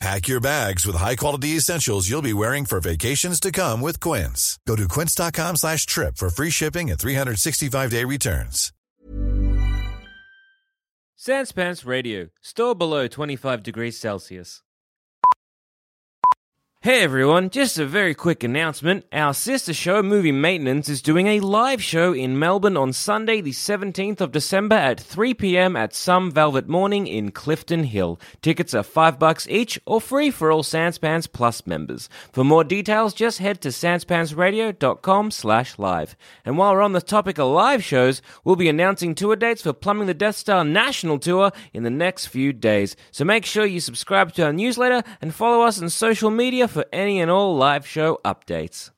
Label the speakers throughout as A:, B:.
A: Pack your bags with high-quality essentials you'll be wearing for vacations to come with Quince. Go to quince.com slash trip for free shipping and 365-day returns.
B: Sanspants Radio, store below 25 degrees Celsius. Hey everyone, just a very quick announcement. Our sister show, Movie Maintenance, is doing a live show in Melbourne on Sunday, the 17th of December at 3pm at Some Velvet Morning in Clifton Hill. Tickets are 5 bucks each or free for all Sanspans Plus members. For more details, just head to sanspansradio.com slash live. And while we're on the topic of live shows, we'll be announcing tour dates for Plumbing the Death Star National Tour in the next few days. So make sure you subscribe to our newsletter and follow us on social media for any and all live show updates.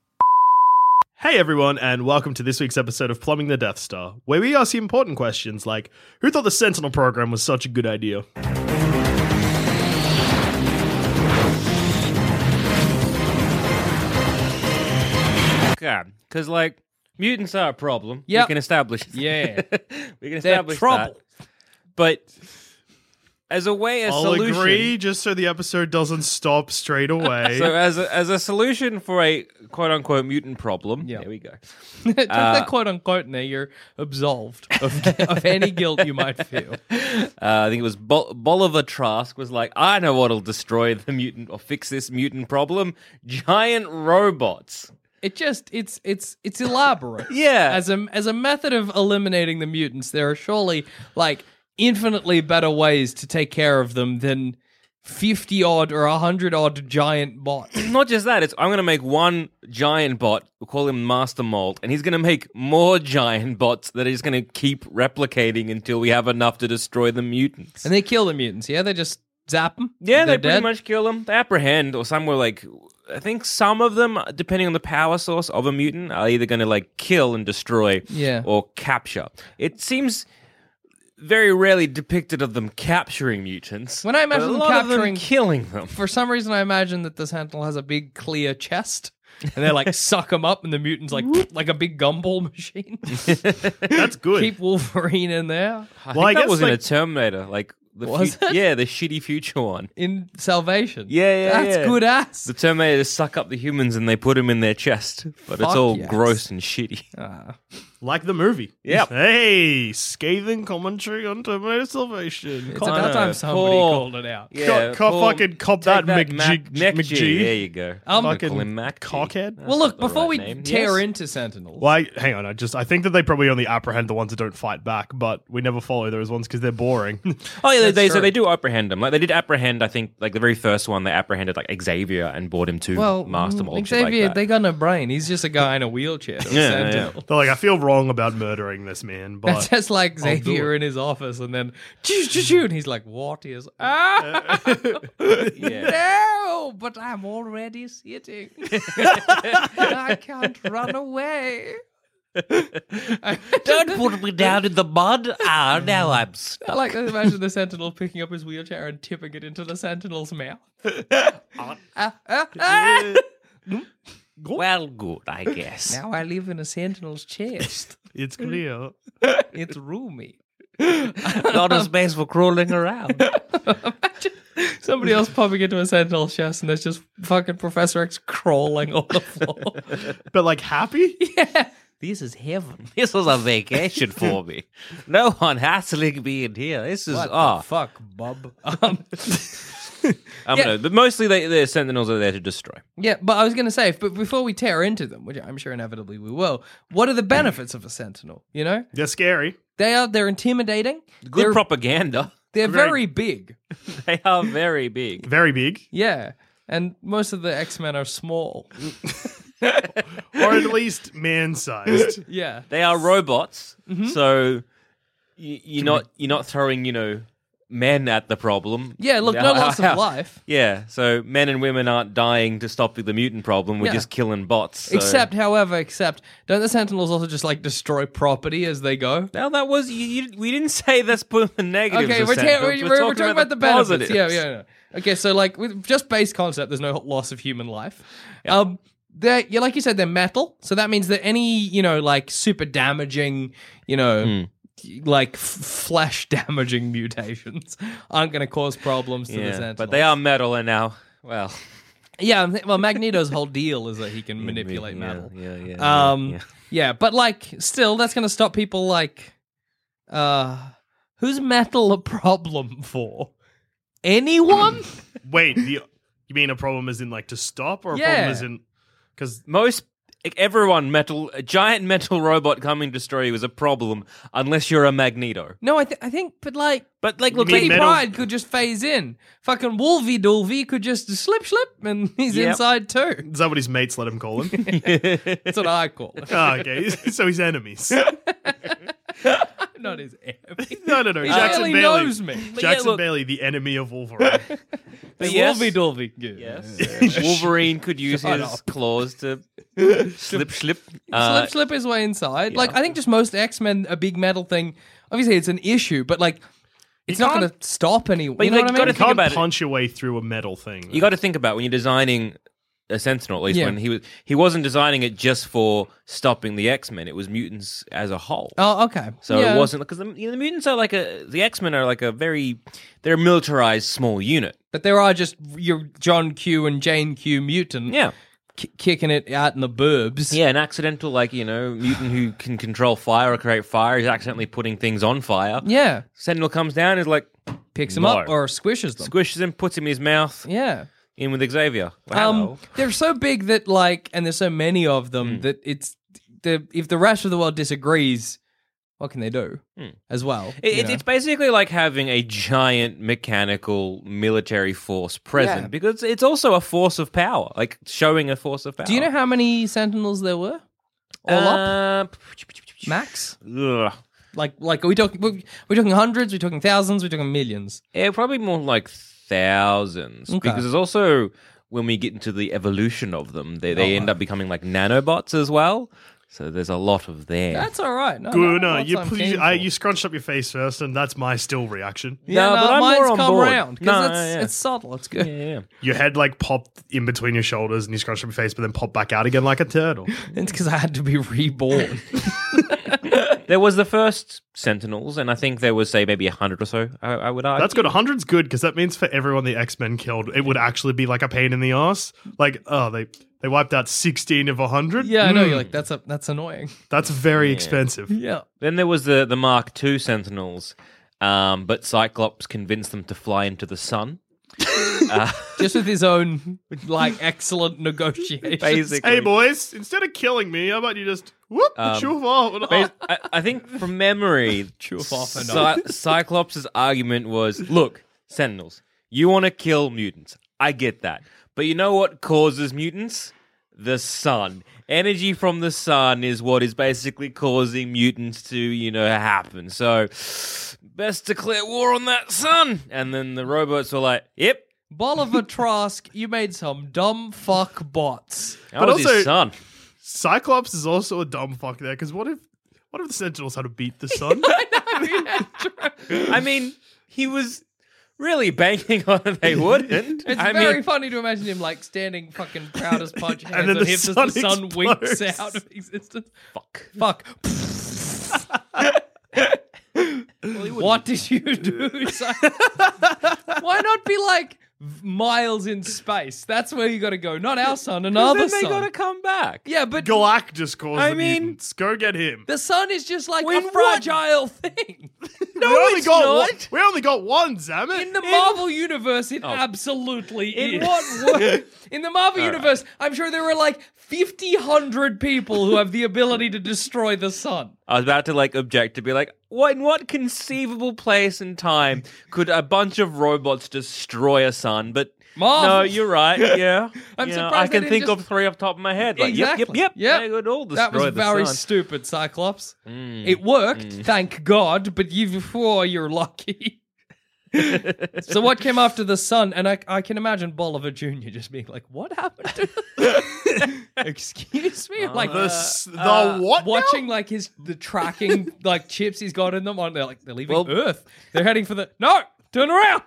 C: Hey everyone, and welcome to this week's episode of Plumbing the Death Star, where we ask you important questions like who thought the Sentinel program was such a good idea?
B: God, because like mutants are a problem.
D: Yep.
B: we can establish.
D: Yeah.
B: we can
D: They're
B: establish
D: trouble.
B: that. But as a way, a
C: I'll
B: solution.
C: agree just so the episode doesn't stop straight away.
B: So as a, as a solution for a quote unquote mutant problem,
D: Yeah.
B: there we go.
D: Just
B: Uh,
D: that quote unquote in there, you're absolved of, of any guilt you might feel.
B: Uh, I think it was Bol- Bolivar Trask was like, I know what'll destroy the mutant or fix this mutant problem: giant robots.
D: It just it's it's it's elaborate.
B: Yeah.
D: As a as a method of eliminating the mutants, there are surely like infinitely better ways to take care of them than fifty odd or hundred odd giant bots.
B: Not just that; it's I'm going to make one giant bot. We'll call him Master Mold, and he's going to make more giant bots that he's going to keep replicating until we have enough to destroy the mutants.
D: And they kill the mutants, yeah? They just zap them?
B: Yeah, they
D: They're
B: pretty
D: dead?
B: much kill them. They apprehend, or some were like, I think some of them, depending on the power source of a mutant, are either going to like kill and destroy,
D: Yeah.
B: or capture. It seems very rarely depicted of them capturing mutants.
D: When I
B: but a
D: imagine them
B: lot of them
D: capturing-
B: killing them.
D: For some reason, I imagine that the sentinel has a big clear chest, and they like suck him up, and the mutants like like a big gumball machine.
C: That's good.
D: Keep Wolverine in there
B: I
C: Well,
B: think
C: I
B: that
C: guess,
B: was in a
C: like-
B: Terminator, like the
D: Was
B: fu-
D: it?
B: yeah, the shitty future one.
D: in Salvation.
B: Yeah, yeah,
D: that's
B: yeah.
D: good ass.
B: The Terminators suck up the humans and they put them in their chest, but it's
D: Fuck
B: all
D: yes.
B: gross and shitty.
C: like the movie.
B: Yep.
C: Hey, scathing commentary on Terminator Salvation.
D: It's
C: Cop-
B: Connor,
D: about time somebody
B: Paul.
D: called it out.
B: Yeah,
C: cop-
B: Paul,
C: fucking cop
B: take
C: that McG-
B: Mac-
C: McG.
B: There you go.
D: Um,
B: Fucking call him
C: fucking
B: Mac G.
C: cockhead.
B: That's
D: Well, look,
B: not the
D: before
B: right
D: we
B: name.
D: tear
B: Yes.
D: into sentinels,
C: Well, I, hang on. I just I think that they probably only apprehend the ones that don't fight back, but we never follow those ones because they're boring.
B: Oh yeah, they,
D: That's
B: they so
D: true.
B: they do apprehend him. Like they did apprehend, I think, like the very first one, they apprehended like Xavier and brought him to
D: well, mm,
B: Master Mold. shit
D: Xavier,
B: like that.
D: they got no brain. He's just a guy in a wheelchair. a
B: yeah,
D: sentinel.
C: they're like, I feel wrong about murdering this man, but
D: That's just like
C: I'll do
D: Xavier
C: it.
D: in his office, and then choo, choo, choo, and he's like, "What is ah no?" But I'm already sitting. I can't run away.
B: Don't put me down in the mud. Ah, now I'm stuck.
D: I like to imagine the sentinel picking up his wheelchair and tipping it into the sentinel's mouth. Ah, ah, ah.
B: Hmm? Well, good, I guess.
D: Now I live in a sentinel's chest.
C: it's clear.
D: It's roomy.
B: Not a space for crawling around.
D: Somebody else popping into a sentinel's chest, and there's just fucking Professor X crawling on the floor.
C: But like happy?
D: this is heaven.
B: This was a vacation for me. No one hassling me in here. This is
D: What the
B: ah.
D: fuck, bub? Um,
B: Um,
D: Yeah.
B: no, but mostly they, the Sentinels are there to destroy.
D: Yeah, but I was going to say, if, but before we tear into them, which I'm sure inevitably we will, what are the benefits of a sentinel? You know,
C: They're scary.
D: they are they're intimidating.
B: Good
D: they're,
B: propaganda.
D: They're
C: Very-
D: very big.
B: They are very big.
C: Very big.
D: Yeah, and most of the X Men are small.
C: Or at least man sized.
D: Yeah,
B: They are robots,
D: Mm-hmm.
B: so you, you're not you're not throwing you know men at the problem.
D: yeah. Look, no loss of life.
B: Yeah, so men and women aren't dying to stop the mutant problem. We're
D: Yeah.
B: just killing bots. so-
D: Except, however, except don't the Sentinels also just like destroy property as they go?
B: Now that was you, you, we didn't say that's put the negatives.
D: Okay,
B: of
D: we're, ta-
B: Sandbox.
D: we're, we're, we're talking about the benefits. Yeah,
B: positives.
D: yeah, yeah. Okay, so like with just base concept, there's no loss of human life. Um, they're yeah, like you said, they're metal, so that means that any you know like super damaging, you know. Like f- flesh damaging mutations aren't going to cause problems to
B: Yeah,
D: the Sentinels.
B: but they are metal and now well
D: Yeah, I'm thi- well, Magneto's whole deal is that he can manipulate
B: yeah,
D: metal.
B: Yeah, yeah, yeah,
D: Um,
B: yeah.
D: yeah. but like, still, that's going to stop people like, uh, who's metal a problem for? Anyone?
C: Wait, the, you mean a problem as in like to stop or a
D: Yeah.
C: problem as in. Because
B: Most everyone metal a giant metal robot coming to destroy you is a problem unless you're a Magneto.
D: no, I, th- I think, but like,
B: But like, look,
C: mean
B: they-
D: Kitty
C: metal-
D: Pride could just phase in. Fucking Wolvie Dolvie could just slip, slip, and he's
B: Yep.
D: inside too.
C: is that what his mates let him call him?
D: That's what I call it.
C: Ah, okay. So he's enemies.
D: Not his enemy.
C: No, no, no. Jackson
D: barely
C: Bailey.
D: knows me. But
C: Jackson
B: yeah, look-
C: Bailey, the enemy of Wolverine.
B: But yes.
D: Wolvie Dolvie. Yeah.
B: Yes. Wolverine could use
D: Shut
B: his
D: up.
B: claws to slip, Uh, slip.
D: slip slip his way inside. Like I think just most X Men a big metal thing. Obviously, it's an issue, but like it's not going to stop anyone.
B: But
D: you know
B: like,
D: what I mean?
B: gotta
C: you can't
B: about it.
C: punch your way through a metal thing.
B: You got to think about when you're designing a Sentinel. At least
D: Yeah.
B: when he was, he wasn't designing it just for stopping the X Men. It was mutants as a whole.
D: oh, okay.
B: So
D: Yeah.
B: it wasn't because the, you know, the mutants are like a the X Men are like a very they're a militarized small unit.
D: But there are just your John Q and Jane Q mutant.
B: Yeah.
D: ki- kicking it out in the burbs.
B: Yeah, an accidental like you know mutant who can control fire or create fire is accidentally putting things on fire.
D: yeah.
B: Sentinel comes down, is like
D: Picks them
B: No.
D: up or squishes them.
B: squishes him, puts him in his mouth,
D: yeah.
B: in with Xavier. Wow.
D: Um, they're so big that like, and there's so many of them that it's the if the rest of the world disagrees, what can they do as well?
B: It,
D: you
B: it,
D: know?
B: it's basically like having a giant mechanical military force present
D: Yeah.
B: because it's also a force of power, like showing a force of power.
D: Do you know how many Sentinels there were? All up,
B: Uh,
D: max.
B: ugh.
D: Like, like are we talking? We're, we're talking hundreds. We're talking thousands. We're talking millions.
B: Yeah, probably more like thousands
D: Okay.
B: because there's also when we get into the evolution of them, they,
D: Oh,
B: they end up becoming like nanobots as well. So there's a lot of there.
D: That's all right. No,
C: Good,
D: no,
C: no,
D: that's
C: you,
D: what I'm
C: please,
D: keen
C: I,
D: for.
C: you scrunched up your face first, and that's my still reaction.
D: yeah,
B: No,
D: no,
B: but I'm
D: mine's
B: more on
D: come
B: board.
D: round
B: No,
D: because it's
B: yeah.
D: it's subtle. It's good.
B: yeah.
C: Your head like popped in between your shoulders, and you scrunched up your face, but then popped back out again like a turtle.
D: It's because I had to be reborn.
B: There was the first Sentinels, and I think there was say maybe a hundred or so. I, I would argue.
C: That's good. 100's good because that means for everyone the X Men killed, it would actually be like a pain in the ass. Like, oh, they they wiped out 16 of 100.
D: yeah, I know. You're like that's a, that's annoying.
C: That's very expensive.
D: Yeah.
B: Then there was the the Mark II Sentinels, um, but Cyclops convinced them to fly into the sun.
D: Just with his own like excellent negotiation.
B: Basically,
C: Hey, boys, instead of killing me, how about you just whoop,
D: Um,
C: shoof off? and off?
B: I, I think from memory,
D: off and
B: Cy- Cyclops' argument was, "Look, Sentinels, you want to kill mutants. I get that, but you know what causes mutants? The sun." Energy from the sun is what is basically causing mutants to, you know, happen. So, best declare war on that sun. And then the robots were like, "Yep,
D: Bolivar Trask, you made some dumb fuck bots.
B: that
C: But
B: was
C: also-
B: his son."
C: Cyclops is also a dumb fuck there because what if. What if the Sentinels had to beat the sun?
B: I mean, he was really banking on it they wouldn't.
D: It's
B: I
D: very
B: mean,
D: funny to imagine him like standing fucking proud as punch hands
C: then
D: on
C: the
D: hips as
C: sun
D: the sun
C: explodes.
D: winks out of existence.
B: fuck.
D: Fuck. what did you do? Cy- Why not be like miles in space? That's where you gotta go. Not our sun, another
B: Then they
D: sun.
B: got to come back.
D: Yeah, but
C: Galactus caused
B: I
C: the
B: mean-
C: mutants. Go get him.
D: the sun is just like
B: When
D: a
B: what-
D: fragile thing.
C: we only
B: it's
C: got
B: not.
C: One, we only got one, damn it.
D: In the Marvel universe, it absolutely
B: Oh. In
D: is. what In the Marvel universe, I'm sure there were like 50, 100 people who have the ability to destroy the sun.
B: I was about to like object to be like, what in what conceivable place and time could a bunch of robots destroy a sun? But
D: Marvel.
B: no, you're right. Yeah,
D: I'm
B: Yeah,
D: surprised
B: I
D: they
B: can
D: didn't
B: think
D: just-
B: of three off the top of my head. Like,
D: exactly.
B: Yep, yep, yep.
D: Yep.
B: They would all destroy
D: that was
B: the
D: very
B: sun. Mm.
D: stupid, Cyclops. It worked, thank God, but you before you're lucky. so what came after the sun? And I, I can imagine Bolivar Jr. just being like, "What happened?" to Excuse me, like
C: the s- the
D: uh,
C: what?
D: Watching like his the tracking like chips he's got in them on. They're like they're leaving
B: Well-
D: Earth. They're heading for the no. Turn around.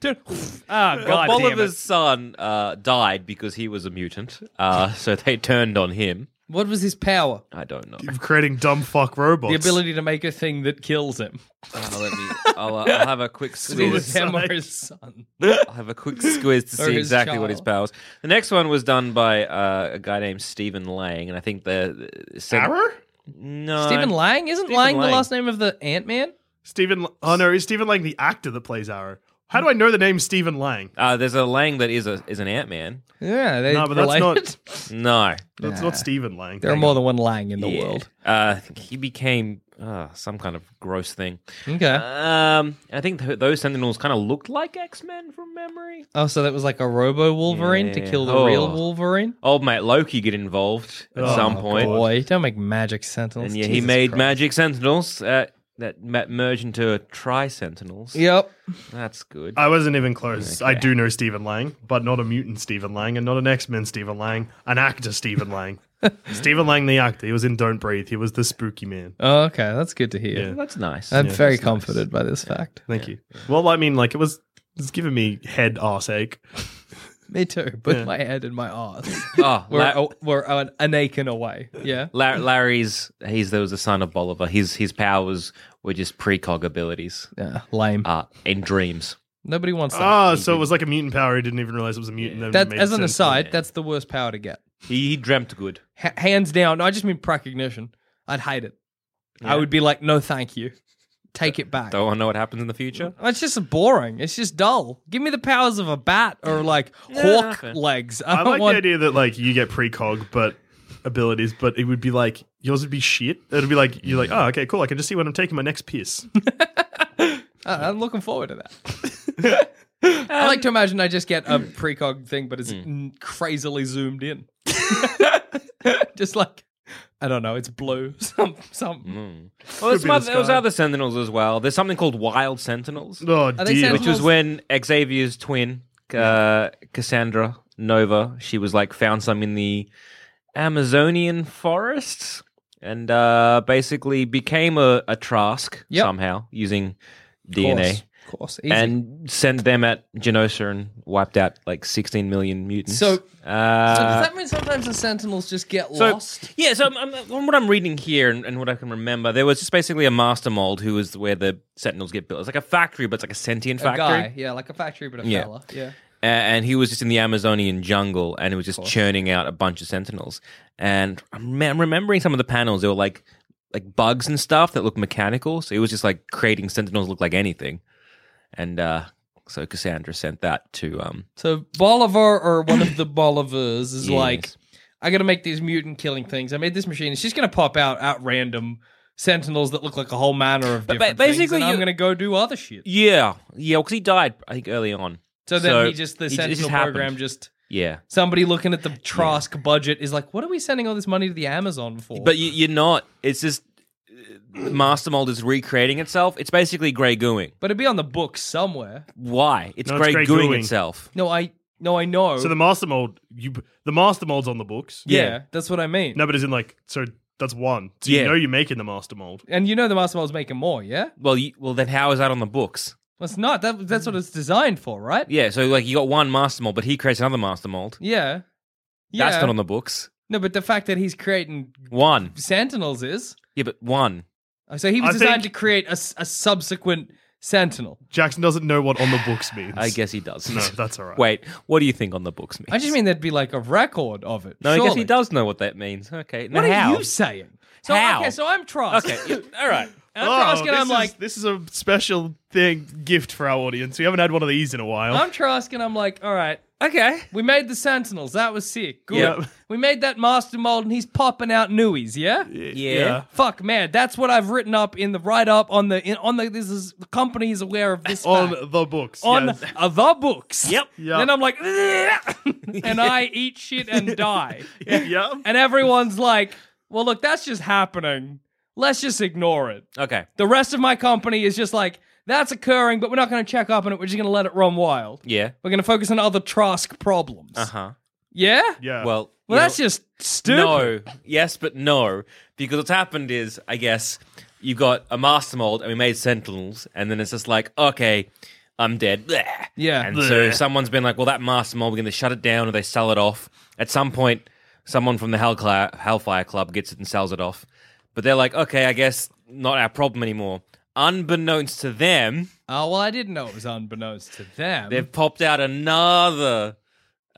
D: Turn.
C: Ah,
B: Well, Bolivar's son uh, died because he was a mutant, uh, so they turned on him.
D: What was his power?
B: I don't know.
C: creating dumb fuck robots.
D: The ability to make a thing that kills him.
B: Uh, let me. I'll, uh, I'll have a quick
D: It
B: squeeze.
D: was him or his son.
B: I'll have a quick squeeze to
D: Or
B: see
D: his
B: exactly what his
D: child.
B: powers. The next one was done by uh, a guy named Stephen Lang, and I think the, the said-
C: Arrow?
B: No,
D: Uh, Stephen Lang isn't
B: Stephen
D: Lang,
B: Lang.
D: the last name of the Ant Man?
C: Stephen. L- Oh no, is Stephen Lang the actor that plays Arrow? How do I know the name Stephen Lang?
B: Uh, there's a Lang that is a is an Ant Man.
D: Yeah, they
C: No, but that's not-
D: related.
B: No,
C: That's not Stephen Lang.
D: There are
C: Hang
D: more
C: on.
D: than one Lang in the
B: Yeah.
D: world.
B: Uh, I think he became uh, some kind of gross thing.
D: Okay.
B: Um, I think th- those Sentinels kind of looked like X Men from memory.
D: oh, so that was like a Robo Wolverine to
B: Yeah.
D: kill the
B: Oh.
D: real Wolverine.
B: Old mate Loki get involved at some point,
D: Boy, don't make magic sentinels.
B: and yeah, he
D: Oh, Jesus
B: made
D: Christ.
B: magic Sentinels uh, that ma- merge into Tri Sentinels.
D: Yep.
B: that's good.
D: Uh,
C: I wasn't even close. I do know Stephen Lang, but not a mutant Stephen Lang, and not an X Men Stephen Lang, an actor Stephen Lang. Stephen Lang, the actor, he was in Don't Breathe. He was the spooky man.
D: Oh, okay, that's good to hear.
C: Yeah.
B: that's nice.
D: I'm very comforted by this fact.
C: Thank you. Well, I mean, like it was. It's giving me head arse ache.
D: Me too. Both my head and my arse.
B: oh,
D: we're
B: La-
D: a, we're an, an aching away. Yeah.
B: La- Larry's he's there was a son of Bolivar. His his powers were just precog abilities
D: Yeah. Lame.
B: uh, and dreams.
D: Nobody wants that.
C: Ah, so it was like a mutant power. He didn't even realize it was a mutant. then it
D: that
C: made
D: as an
C: sense.
D: aside, that's the worst power to get.
B: He, he dreamt good.
D: H- hands down. No, I just mean precognition. I'd hate it. I would be like, no, thank you. Take it back.
B: Don't want to know what happens in the future.
D: It's just boring. It's just dull. Give me the powers of a bat or like hawk
B: fair.
D: legs. I,
C: I
D: don't
C: like
D: want.
C: the idea that like you get precog, but abilities, but it would be like yours would be shit. It'd be like you're like, oh, okay, cool. I can just see when I'm taking my next piss.
D: I- I'm looking forward to that. I like to imagine I just get a precog thing, but it's n- crazily zoomed in. just like I don't know. It's blue. Some some.
B: Well, there's some
C: be the
B: other, there was
C: sky.
B: other Sentinels as well. There's something called Wild Sentinels,
C: Oh
D: they
C: dear.
D: sent-
B: which was when Xavier's twin, uh, Cassandra Nova, she was like found some in the Amazonian forests and uh, basically became a, a Trask
D: Yep.
B: somehow using
D: Of
B: DNA.
D: course, of course. Easy.
B: and sent them at Genosa and wiped out like 16 million mutants.
D: So-
B: uh,
D: so does that mean sometimes the Sentinels just get
B: so-
D: lost?
B: yeah, so I'm, I'm- from what I'm reading here and, and what I can remember, there was just basically a master mold who was where the Sentinels get built. It's like a factory, but it's like a sentient
D: A guy,
B: factory.
D: yeah, like a factory, but a
B: Yeah.
D: fella, yeah.
B: A- And he was just in the Amazonian jungle and he was just churning out a bunch of Sentinels. And I'm rem- remembering some of the panels, they were like like bugs and stuff that looked mechanical. So he was just like creating Sentinels look like anything. And uh, so Cassandra sent that to um,
D: So Bolivar or one of the Bolivars is
B: Yes.
D: like, I gotta make these mutant killing things. I made this machine. It's just gonna pop out at random sentinels that look like a whole manner of
B: But
D: different
B: ba-
D: things,
B: basically
D: and I'm
B: you-
D: gonna go do other shit.
B: Yeah, yeah, because he died, I think, early on.
D: So then he just
B: it
D: the
B: ju- it
D: sentinel
B: just happened.
D: program just
B: Yeah,
D: somebody looking at the Trask budget is like, what are we sending all this money to the Amazon for?
B: but you, you're not. It's just uh, Master Mold is recreating itself. It's basically Grey Gooing.
D: but it'd be on the books somewhere.
B: Why? It's
C: No, it's
B: Grey
C: Grey
B: Gooing
C: Gooing.
B: itself.
D: No, I no, I know.
C: so the master mold, you the master mold's on the books.
D: yeah,
B: Yeah.
D: that's what I mean.
C: No, but it's in like so that's one. So
B: Yeah.
C: you know you're making the master mold.
D: And you know the Master Mold's making more, yeah?
B: Well, you, well, then how is that on the books?
D: Well, it's not. That, that's what it's designed for, right?
B: Yeah, so like you got one Master Mold, but he creates another Master Mold.
D: Yeah.
B: That's not on the books.
D: No, but the fact that he's creating
B: One.
D: sentinels is Uh,
B: Yeah, but one.
D: so he was
C: I
D: designed
C: think-
D: to create a, s- a subsequent sentinel.
C: Jackson doesn't know what on the books means.
B: I guess he does.
C: No, that's all right.
B: Wait, what do you think on the books means?
D: I just mean there'd be like a record of it.
B: No, I guess he
D: surely.
B: does know what that means. Okay, now
D: What are
B: how?
D: you saying? So
B: How?
D: okay, so I'm Trust.
B: Okay, yeah, all right.
D: I'm asking,
C: Oh, this
D: I'm
C: is-
D: like,
C: this is a special thing gift for our audience. We haven't had one of these in a while.
D: I'm Traskin. I'm like, all right,
B: Okay.
D: we made the Sentinels. That was sick. Good.
C: Yeah.
D: We made that Master Mold, and he's popping out newies. Yeah.
B: Yeah.
D: Fuck man, that's what I've written up in the write up on the in, on the this is the company is aware of this fact.
C: On the books.
D: on
C: yes.
D: uh, the books.
B: Yep.
C: Yeah.
D: Then I'm like, and I eat shit and die.
C: yeah.
D: And everyone's like, well, look, that's just happening. Let's just ignore it.
B: Okay.
D: The rest of my company is just like, that's occurring, but we're not going to check up on it. We're just going to let it run wild.
B: Yeah.
D: We're going to focus on other Trask problems.
B: Uh huh.
D: Yeah?
C: Yeah.
B: Well.
D: Well,
B: you
D: that's
B: know-
D: just stupid.
B: No. Yes, but no. Because what's happened is, I guess, you got a master mold and we made sentinels, and then it's just like, okay, I'm dead. Blech.
D: Yeah.
B: And so someone's been like, well, that master mold, we're going to shut it down or they sell it off. At some point, someone from the Hellcla- Hellfire Club gets it and sells it off. But they're like, okay, I guess not our problem anymore. Unbeknownst to them,
D: Oh, well, I didn't know it was unbeknownst to them.
B: they've popped out another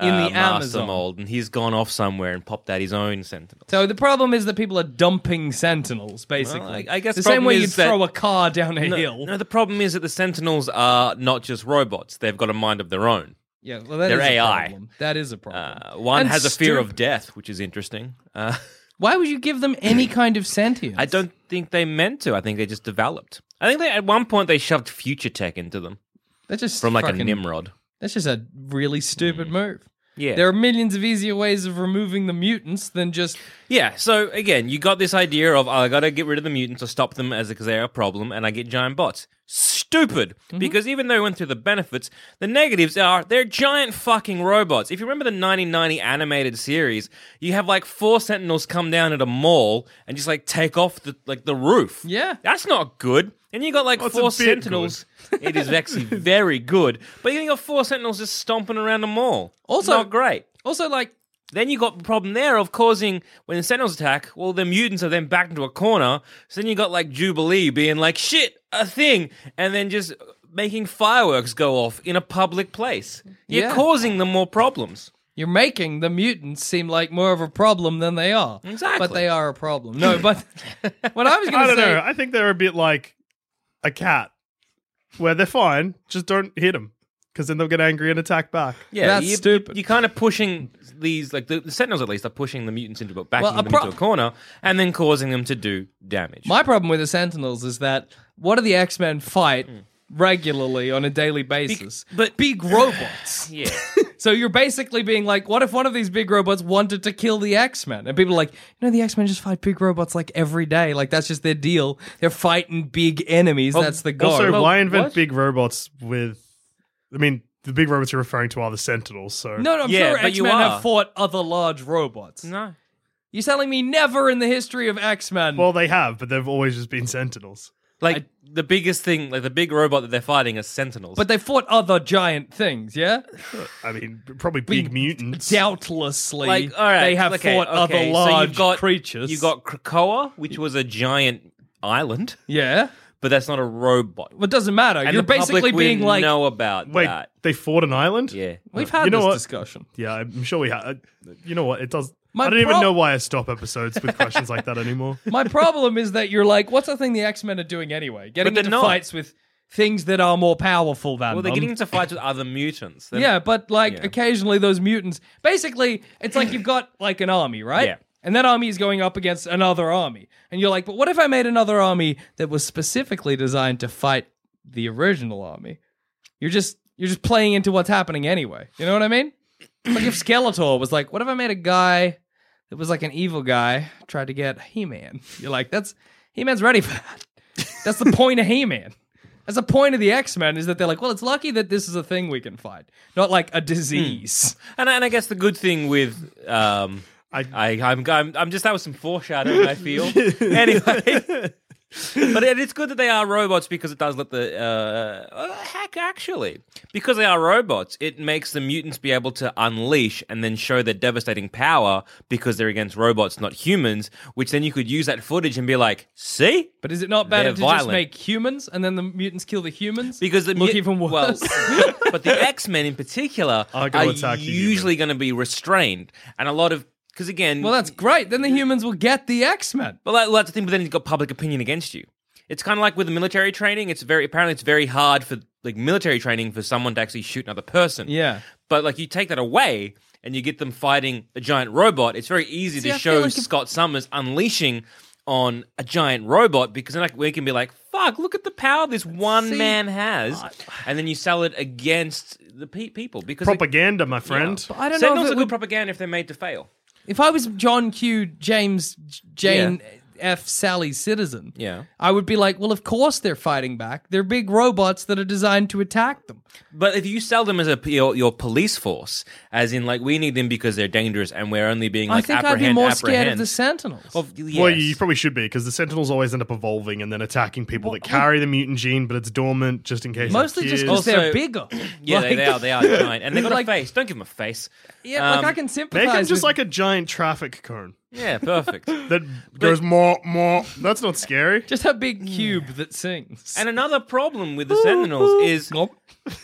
D: In
B: uh,
D: the
B: master
D: Amazon.
B: mold, and he's gone off somewhere and popped out his own sentinel.
D: So the problem is that people are dumping sentinels, basically.
B: Well, I- I guess
D: the
B: problem
D: same way
B: is
D: you'd
B: that-
D: throw a car down a
B: No,
D: hill.
B: no, the problem is that the Sentinels are not just robots; they've got a mind of their own.
D: yeah, well, that
B: They're
D: is a
B: AI.
D: problem. That is a problem.
B: Uh, one
D: And
B: has a fear
D: stup-
B: of death, which is interesting. Uh,
D: Why would you give them any kind of sentience?
B: I don't think they meant to. I think they just developed. I think they, at one point they shoved future tech into them
D: That's just
B: from like a
D: fucking-
B: Nimrod. Mm.
D: That's just a really stupid move.
B: Yeah.
D: There are millions of easier ways of removing the mutants than just
B: Yeah. So again, you got this idea of "Oh, I got to get rid of the mutants or stop them as because they're a problem, and I get giant bots. Stupid.
D: Mm-hmm.
B: Because even though we went through the benefits, the negatives are they're giant fucking robots. If you remember the 1990 animated series, you have like four sentinels come down at a mall and just like take off the like the roof.
D: Yeah.
B: That's not good. And you got like
C: Well, it's a
B: four
C: bit
B: sentinels. it is actually very good, but you got four sentinels just stomping around a mall.
D: Also-
B: not great.
D: also like
B: Then you got the problem there of causing when the Sentinels attack. Well, the mutants are then backed into a corner. So then you got like Jubilee being like, "Shit, a thing," and then just making fireworks go off in a public place. You're
D: Yeah.
B: causing them more problems.
D: you're making the mutants seem like more of a problem than they are.
B: Exactly.
D: But they are a problem. No, but what I was
C: I
D: going to
C: don't
D: say
C: know. I think they're a bit like a cat, where they're fine. Just don't hit them, because then they'll get angry and attack back.
B: Yeah,
D: That's
B: you,
D: stupid.
B: You're kind of pushing these, like the, the Sentinels at least, are pushing the mutants into backing
D: Well, a
B: them
D: pro-
B: into a corner and then causing them to do damage.
D: My problem with the Sentinels is that what do the X Men fight regularly on a daily basis?
B: Hmm. but-
D: big robots.
B: yeah,
D: so you're basically being like, what if one of these big robots wanted to kill the X Men? And people are like, you know, the X Men just fight big robots like every day. Like that's just their deal. They're fighting big enemies.
B: Oh,
D: that's the goal.
C: Also,
B: Well,
C: why invent
B: what?
C: big robots with? I mean, the big robots you're referring to are the Sentinels. So
D: no, no, I'm
B: Yeah,
D: sure
B: but
D: X
B: you
D: Men
B: are.
D: have fought other large robots.
B: no.
D: You're telling me never in the history of X Men.
C: Well, they have, but they've always just been Sentinels.
B: Like the biggest thing, like the big robot that they're fighting is Sentinels.
D: but they fought other giant things, yeah?
C: I mean, probably big mutants.
D: Doubtlessly,
B: like all right,
D: they have
B: okay,
D: fought
B: okay,
D: other
B: so you've
D: large
B: got-
D: creatures.
B: You got Krakoa, which was a giant island,
D: Yeah.
B: but that's not a robot.
D: But it doesn't matter.
B: And
D: You're
B: the public
D: basically
B: we
D: being like,
B: know about
C: Wait,
B: that.
C: they fought an island?
B: Yeah,
D: we've had
C: You know
D: this
C: what?
D: discussion.
C: Yeah, I'm sure we have. You know what? It does.
D: My
C: I don't even
D: pro-
C: know why I stop episodes with questions like that anymore.
D: My problem is that you're like, what's the thing the X Men are doing anyway? Getting
B: they're
D: into
B: not.
D: fights with things that are more powerful than
B: well, they're
D: them.
B: getting into fights with other mutants. They're-
D: um, yeah, but like
B: Yeah.
D: occasionally those mutants. Basically, it's like you've got like an army, right?
B: Yeah.
D: And that army is going up against another army, and you're like, but what if I made another army that was specifically designed to fight the original army? You're just you're just playing into what's happening anyway. You know what I mean? like if Skeletor was like, what if I made a guy that was like an evil guy tried to get He Man? You're like, that's He Man's ready for that. That's the point of He Man. That's the point of the X Men is that they're like, well, it's lucky that this is a thing we can fight, not like a disease.
B: and, and I guess the good thing with um, I, I I'm, I'm I'm just that was some foreshadowing. I feel anyway. But it, it's good that they are robots because it does let the uh, uh, heck actually because they are robots, it makes the mutants be able to unleash and then show their devastating power because they're against robots, not humans. Which then you could use that footage and be like, see,
D: But is it not better
B: They're
D: to just
B: violent.
D: make humans and then the mutants kill the humans?
B: because the
D: look
B: mut-
D: even worse.
B: Well, but the X Men in particular
C: Are
B: are,
C: gonna attack the
B: usually going to be restrained, and a lot of because again,
D: well, that's great. Then the humans will get the X Men.
B: But like, well, that's the thing. But then you've got public opinion against you. it's kind of like with the military training. It's very apparently it's very hard for like military training for someone to actually shoot another person.
D: Yeah.
B: But like you take that away and you get them fighting a giant robot, it's very easy
D: See,
B: to
D: I feel
B: show
D: like if-
B: Scott Summers unleashing on a giant robot because then like, we can be like, fuck, look at the power this one
D: See,
B: man has. And then you sell it against the pe- people because like,
C: Propaganda, my friend.
D: But I don't know
B: Sentinels
D: if
B: are
D: it
B: good
D: would,
B: propaganda if they're made to fail.
D: if I was John Q. James J- Jane F. Sally's citizen.
B: Yeah.
D: I would be like, well, of course they're fighting back. They're big robots that are designed to attack them.
B: But if you sell them as a your, your police force, as in like we need them because they're dangerous and we're only being like
D: I think I'd
B: apprehend,
D: be more
B: apprehend.
D: scared of the Sentinels.
B: Of- yes.
C: Well, you probably should be because the Sentinels always end up evolving and then attacking people that carry the mutant gene, but it's dormant just in case.
D: Mostly
C: it's
D: just
C: kids.
D: because they're
B: Also-
D: bigger.
B: yeah, they,
D: Like-
B: they are they are giant, and they got
D: Like-
B: a face. Don't give them a face.
D: Yeah,
B: Um,
D: like I can sympathize.
C: make them just
D: with-
C: like a giant traffic cone
B: Yeah, perfect.
C: that goes more, more. That's not scary.
D: just a big cube that sings.
B: and another problem with the Sentinels is
D: Nope.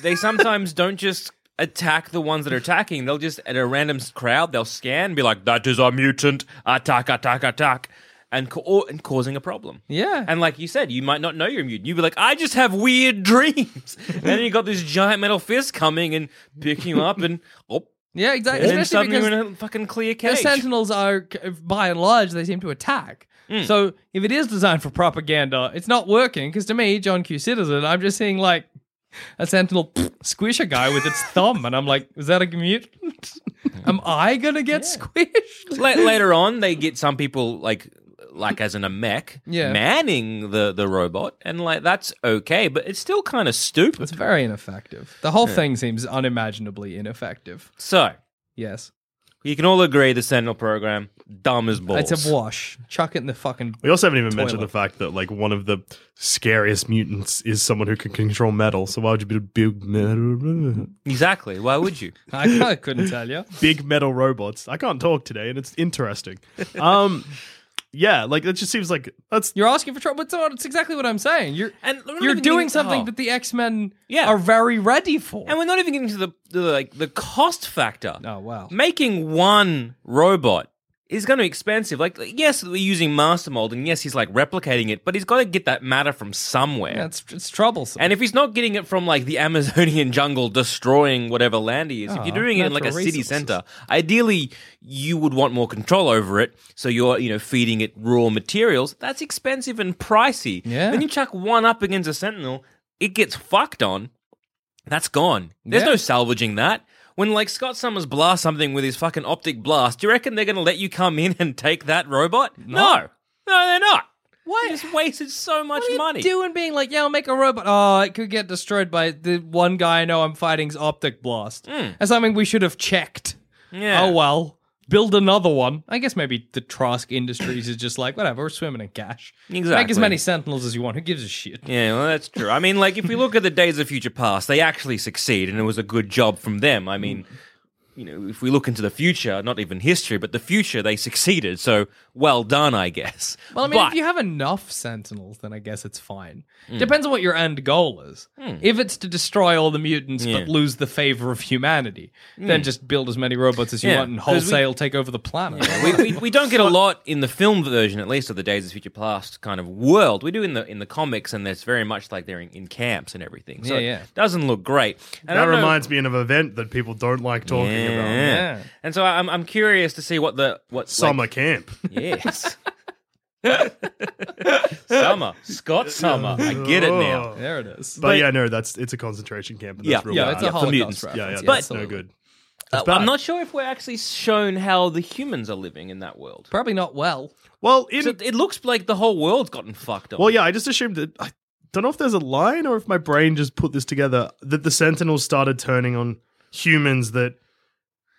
B: they sometimes don't just attack the ones that are attacking. They'll just at a random s- crowd they'll scan, and be like, "That is a mutant! Attack! Attack! Attack!" And, ca- or, and causing a problem.
D: Yeah.
B: And like you said, you might not know you're mutant. You'd be like, I just have weird dreams. and then you got this giant metal fist coming and picking you up, and oh,
D: yeah, exactly.
B: and then
D: Especially
B: suddenly
D: because
B: you're in a fucking clear
D: the
B: cage.
D: Sentinels are, c- by and large, they seem to attack.
B: Hmm.
D: So if it is designed for propaganda, it's not working. Because to me, John Q. Citizen, I'm just seeing like a Sentinel squish a guy with its thumb, and I'm like, is that a mutant? Am I gonna get squished?
B: La- later on, they get some people like like as in a mech
D: Yeah.
B: manning the the robot, and like that's okay, but it's still kind of stupid.
D: It's very ineffective. The whole thing seems unimaginably ineffective.
B: So
D: Yes,
B: you can all agree the Sentinel program dumb as balls.
D: it's a wash. Chuck it in the fucking.
C: We also haven't even mentioned
D: Toilet.
C: the fact that like one of the scariest mutants is someone who can control metal. So why would you be a big metal?
B: Exactly. Why would you?
D: I, I couldn't tell you.
C: big metal robots. I can't talk today, and it's interesting. Um, yeah, like it just seems like that's
D: You're asking for trouble. It's, not- it's exactly what I'm saying. You're
B: And we're not
D: you're
B: even
D: doing
B: getting-
D: something
B: oh.
D: that the X Men
B: Yeah.
D: are very ready for.
B: And we're not even getting to the, the like the cost factor.
D: Oh, wow.
B: Making one robot is going to be expensive. Like yes, we're using master mold, and yes, he's like replicating it, but he's got to get that matter from somewhere.
D: yeah, it's it's troublesome.
B: And if he's not getting it from like the Amazonian jungle destroying whatever land he is, if you're doing it in like a
D: Ah, natural
B: city
D: resources.
B: center, ideally you would want more control over it. So you're, you know, feeding it raw materials. That's expensive and pricey.
D: Yeah.
B: Then you chuck one up against a sentinel, it gets fucked on. That's gone. There's
D: Yeah.
B: no salvaging that. When like Scott Summers blasts something with his fucking optic blast, do you reckon they're gonna let you come in and take that robot? No. No, they're not. What? You just wasted so much
D: what are you
B: money.
D: doing being like, yeah, I'll make a robot. Oh, it could get destroyed by the one guy I know I'm fighting's optic blast. That's something we should have checked.
B: Hmm. Yeah.
D: Oh well. Build another one. I guess maybe the Trask Industries is just like, whatever, we're swimming in cash. Make
B: Exactly.
D: as many sentinels as you want. Who gives a shit?
B: Yeah, well, that's true. I mean, like, if we look at the Days of Future Past, they actually succeed, and it was a good job from them. I
D: Mm.
B: mean, you know, if we look into the future, not even history, but the future, they succeeded. So, well done, I guess.
D: Well, I mean,
B: but, Hmm.
D: if you have enough sentinels, then I guess it's fine. Depends on what your end goal is. If it's to destroy all the mutants but lose the favor of humanity, then just build as many robots as you
B: Hmm. Yeah,
D: want and
B: 'cause we-
D: wholesale take over the planet.
B: we, we, we don't get a lot in the film version, at least, of the Days of Future Past kind of world. We do in the in the comics, and it's very much like they're in, in camps and everything. So
D: Yeah, yeah.
B: it doesn't look great. And I
C: that
B: don't know-
C: reminds me of an event that people don't like talking about.
B: Yeah.
D: Yeah.
B: And so I'm, I'm curious to see what the what like,
C: Summer camp.
B: Yes. summer. Scott Summer. I get it now.
D: there it is.
C: But, yeah, no, that's it's a concentration camp. And
B: Yeah.
C: that's real
D: yeah,
C: bad.
D: it's a
B: yeah, for
D: Holocaust
B: mutants.
D: reference.
C: yeah, yeah,
D: yeah,
C: that's no
D: absolutely.
C: good.
B: Uh, I'm not sure if we're actually shown how the humans are living in that world.
D: Probably not well.
C: Well, in
B: So it looks like the whole world's gotten fucked up.
C: well, yeah, I just assumed that. I don't know if there's a line or if my brain just put this together that the Sentinels started turning on humans that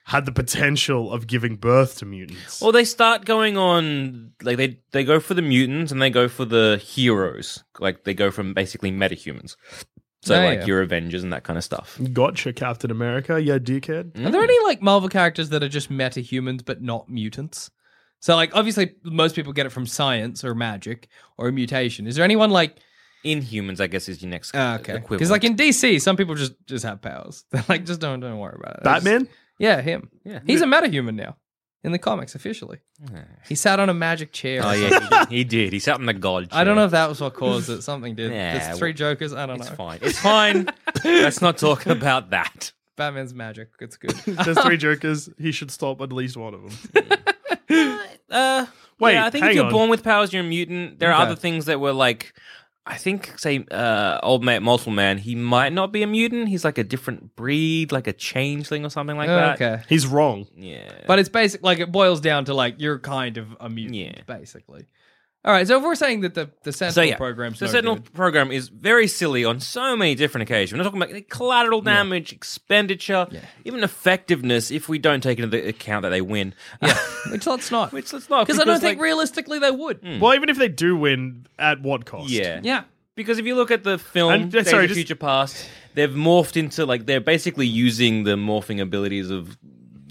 C: had the potential of giving birth to mutants.
B: Well, they start going on like they they go for the mutants and they go for the heroes. Like they go from basically metahumans. So
D: Yeah,
B: like
D: yeah. Mm.
B: your Avengers and that kind of stuff.
C: gotcha, Captain America. Yeah, dickhead.
B: Mm.
D: Are
B: Hmm.
D: there any like Marvel characters that are just metahumans but not mutants? So like obviously most people get it from science or magic or a mutation. Is there anyone like
B: Inhumans, I guess, is your next
D: Ah, okay?
B: equivalent.
D: Because like in DC, some people just just have powers. They're like just don't don't worry about it. They just-
C: Batman.
D: Yeah, him. Yeah, he's a metahuman now. in the comics officially. He sat on a magic chair.
B: Oh yeah, he, he did. He sat in the god.
D: I don't know if that was what caused it. Something did.
B: Yeah,
D: There's three Jokers. I don't
B: It's
D: know.
B: fine. It's fine. Let's not talk about that.
D: Batman's magic. It's good.
C: There's three jokers. He should stop at least one of them.
B: Uh,
C: Wait,
B: yeah, I think
C: hang
B: if you're
C: on.
B: born with powers, you're a mutant. There are
D: Okay.
B: other things that were like, I think, say, uh, old mate, multiple man. He might not be a mutant. He's like a different breed, like a changeling or something like that.
D: okay.
C: He's wrong.
B: Yeah.
D: But it's basic. Like it boils down to like you're kind of a mutant,
B: Yeah.
D: basically. All right. So if we're saying that the the Sentinel
B: so yeah,
D: program's
B: the
D: no
B: Sentinel
D: good,
B: program is very silly on so many different occasions. We're not talking about collateral damage, expenditure, even effectiveness. If we don't take into account that they win, yeah,
D: which let's not,
B: which let's not
D: because I don't think
B: like,
D: realistically they would.
C: Well, even if they do win, at what
B: Mm.
C: cost?
B: yeah,
D: Yeah.
B: Because if you look at the film
C: And-
B: Days
C: sorry,
B: of
C: just-
B: Future Past, they've morphed into like they're basically using the morphing abilities of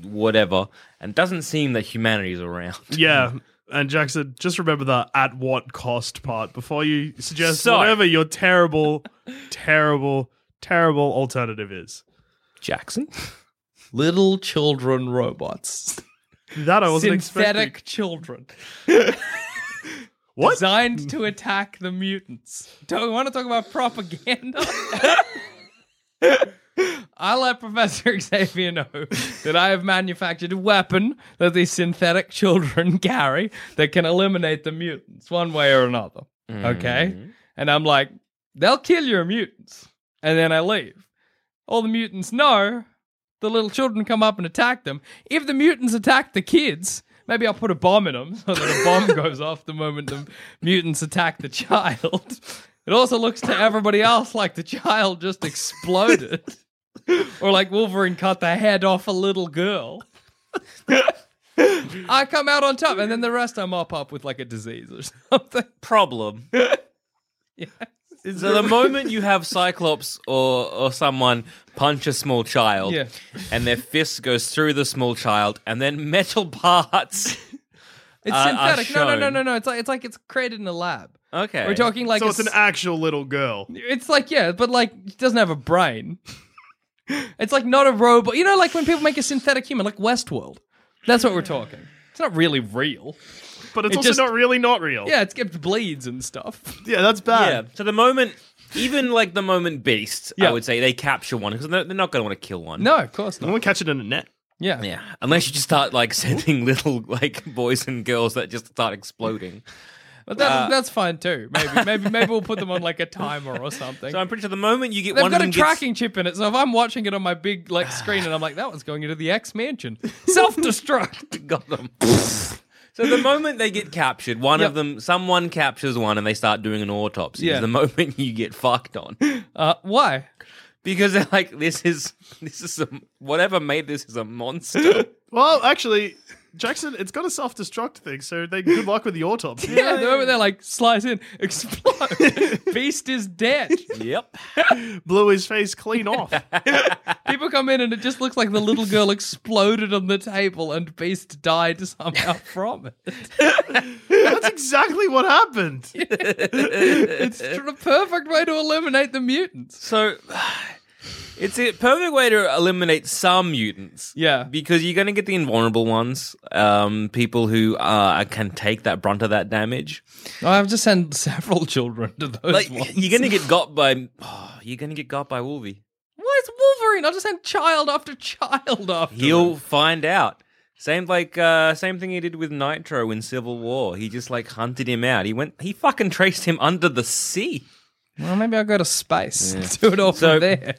B: whatever, and it doesn't seem that humanity's around.
C: Yeah. And Jackson, just remember the at what cost part before you suggest
B: So-
C: whatever your terrible, terrible, terrible alternative is.
B: Jackson,
D: Little children robots.
C: That I wasn't expecting.
D: Synthetic children.
C: What?
D: Designed to attack the mutants. Don't we want to talk about propaganda? I let Professor Xavier know that I have manufactured a weapon that these synthetic children carry that can eliminate the mutants one way or another. Okay? And I'm like, they'll kill your mutants. And then I leave. All the mutants know the little children come up and attack them. If the mutants attack the kids, maybe I'll put a bomb in them so that a bomb goes off the moment the mutants attack the child. It also looks to everybody else like the child just exploded. or like Wolverine cut the head off a little girl. I come out on top, and then the rest I mop up with like a disease or something.
B: problem. So the moment you have Cyclops or or someone punch a small child,
D: Yeah.
B: and their fist goes through the small child, and then metal parts.
D: It's
B: are- are
D: synthetic. No, no, no,
B: shown.
D: no, no. It's like it's like it's created in a lab.
B: Okay,
D: We're talking like
C: so
D: a
C: it's an
D: s-
C: actual little girl.
D: It's like yeah, but like it doesn't have a brain. it's like not a robot. You know, like when people make a synthetic human, like Westworld. That's what we're talking. It's not really real.
C: But it's
D: It
C: also
D: just-
C: not really not real.
D: Yeah, it's it bleeds and stuff.
C: Yeah, that's
B: Yeah.
C: bad.
B: So the moment, even like the moment Beast, I
D: Yeah.
B: would say they capture one because they're, they're not going to want to kill one.
D: No, of course
C: I'm
D: not.
C: gonna catch it in a net.
D: Yeah,
B: Yeah, unless you just start like sending little like boys and girls that just start exploding.
D: but that's that's fine too. Maybe maybe maybe we'll put them on like a timer or something.
B: So I'm pretty sure the moment you get
D: They've
B: one
D: got
B: of
D: a
B: them
D: tracking chip in it, so if I'm watching it on my big like screen and I'm like, that one's going into the X mansion, self destruct.
B: gets, got them. so the moment they get captured, one of
D: Yep.
B: them, someone captures one, and they start doing an autopsy.
D: Yeah.
B: Is the moment you get fucked on
D: Uh, why?
B: because they're like, this is this is a, whatever made this is a monster.
C: Well, actually, Jackson, it's got a self-destruct thing, so they good luck with the autopsy.
D: Yeah, the moment they're like slice in, explode. Beast is dead.
B: yep.
C: Blew his face clean off.
D: People come in and it just looks like the little girl exploded on the table and Beast died somehow from it.
C: that's exactly what happened.
D: It's the perfect way to eliminate the mutants.
B: So it's a perfect way to eliminate some mutants.
D: Yeah.
B: Because you're going to get the invulnerable ones, um, people who uh, can take that brunt of that damage.
D: I've just sent several children to those
B: Like
D: ones.
B: you're going to get got by oh, you're going to get got by Wolvie.
D: Where's Wolverine? I'll just send child after child after.
B: He'll
D: him.
B: find out. Same like uh, same thing he did with Nitro in Civil War. He just like hunted him out. He went he fucking traced him under the sea.
D: Well, maybe I'll go to space. Do it all
B: So-
D: from there.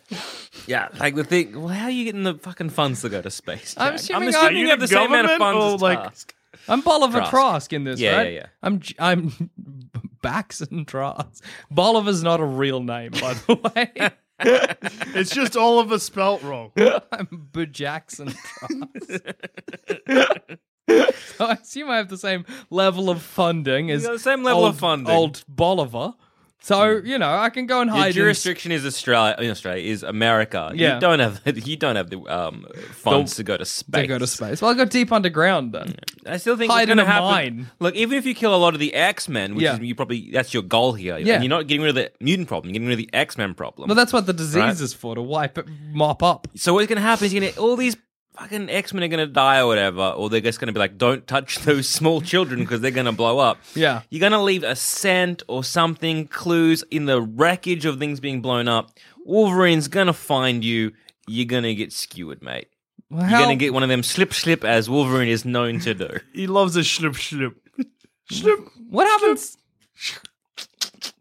B: Yeah, like the thing. Well, how are you getting the fucking funds to go to space?
D: I'm
B: Jack?
D: assuming
C: Are
D: I'm-
C: you
B: you have the same amount of funds
C: government
B: as
C: or like
B: Task.
D: I'm Bolivar
B: Trask.
D: Trask, in this,
B: Yeah,
D: right?
B: yeah, yeah.
D: I'm J- I'm Baxon Trask. Bolivar's not a real name, by the way.
C: it's just all of us spelt wrong.
D: I'm B Jackson Trask. so I assume I have the same level of funding as
B: got the same level of
D: old-
B: funding. Hmm.
D: Old Bolivar. So you know I can go and
B: Your
D: hide in
B: jurisdiction is Australia. In Australia is America.
D: Yeah.
B: You don't have you don't have the um, funds to go to space.
D: to go to space. Well, I go deep underground then.
B: I still think
D: Hide
B: what's going to
D: in a
B: happen.
D: mine.
B: Look, even if you kill a lot of the X Men, which
D: Yeah.
B: is you probably that's your goal here.
D: Yeah.
B: You're not getting rid of the mutant problem. You're getting rid of the X Men problem.
D: Well, that's what the disease
B: Right.
D: is for—to wipe it, mop up.
B: so what's going to happen is you're going to all these fucking X Men are going to die or whatever, or they're just going to be like, don't touch those small children because they're going to blow up.
D: Yeah.
B: You're going to leave a scent or something, clues in the wreckage of things being blown up. Wolverine's going to find you. You're going to get skewered, mate. You're
D: How-
B: going to get one of them slip slip as Wolverine is known to do.
C: He loves a schloop schloop. Schloop.
D: What happens?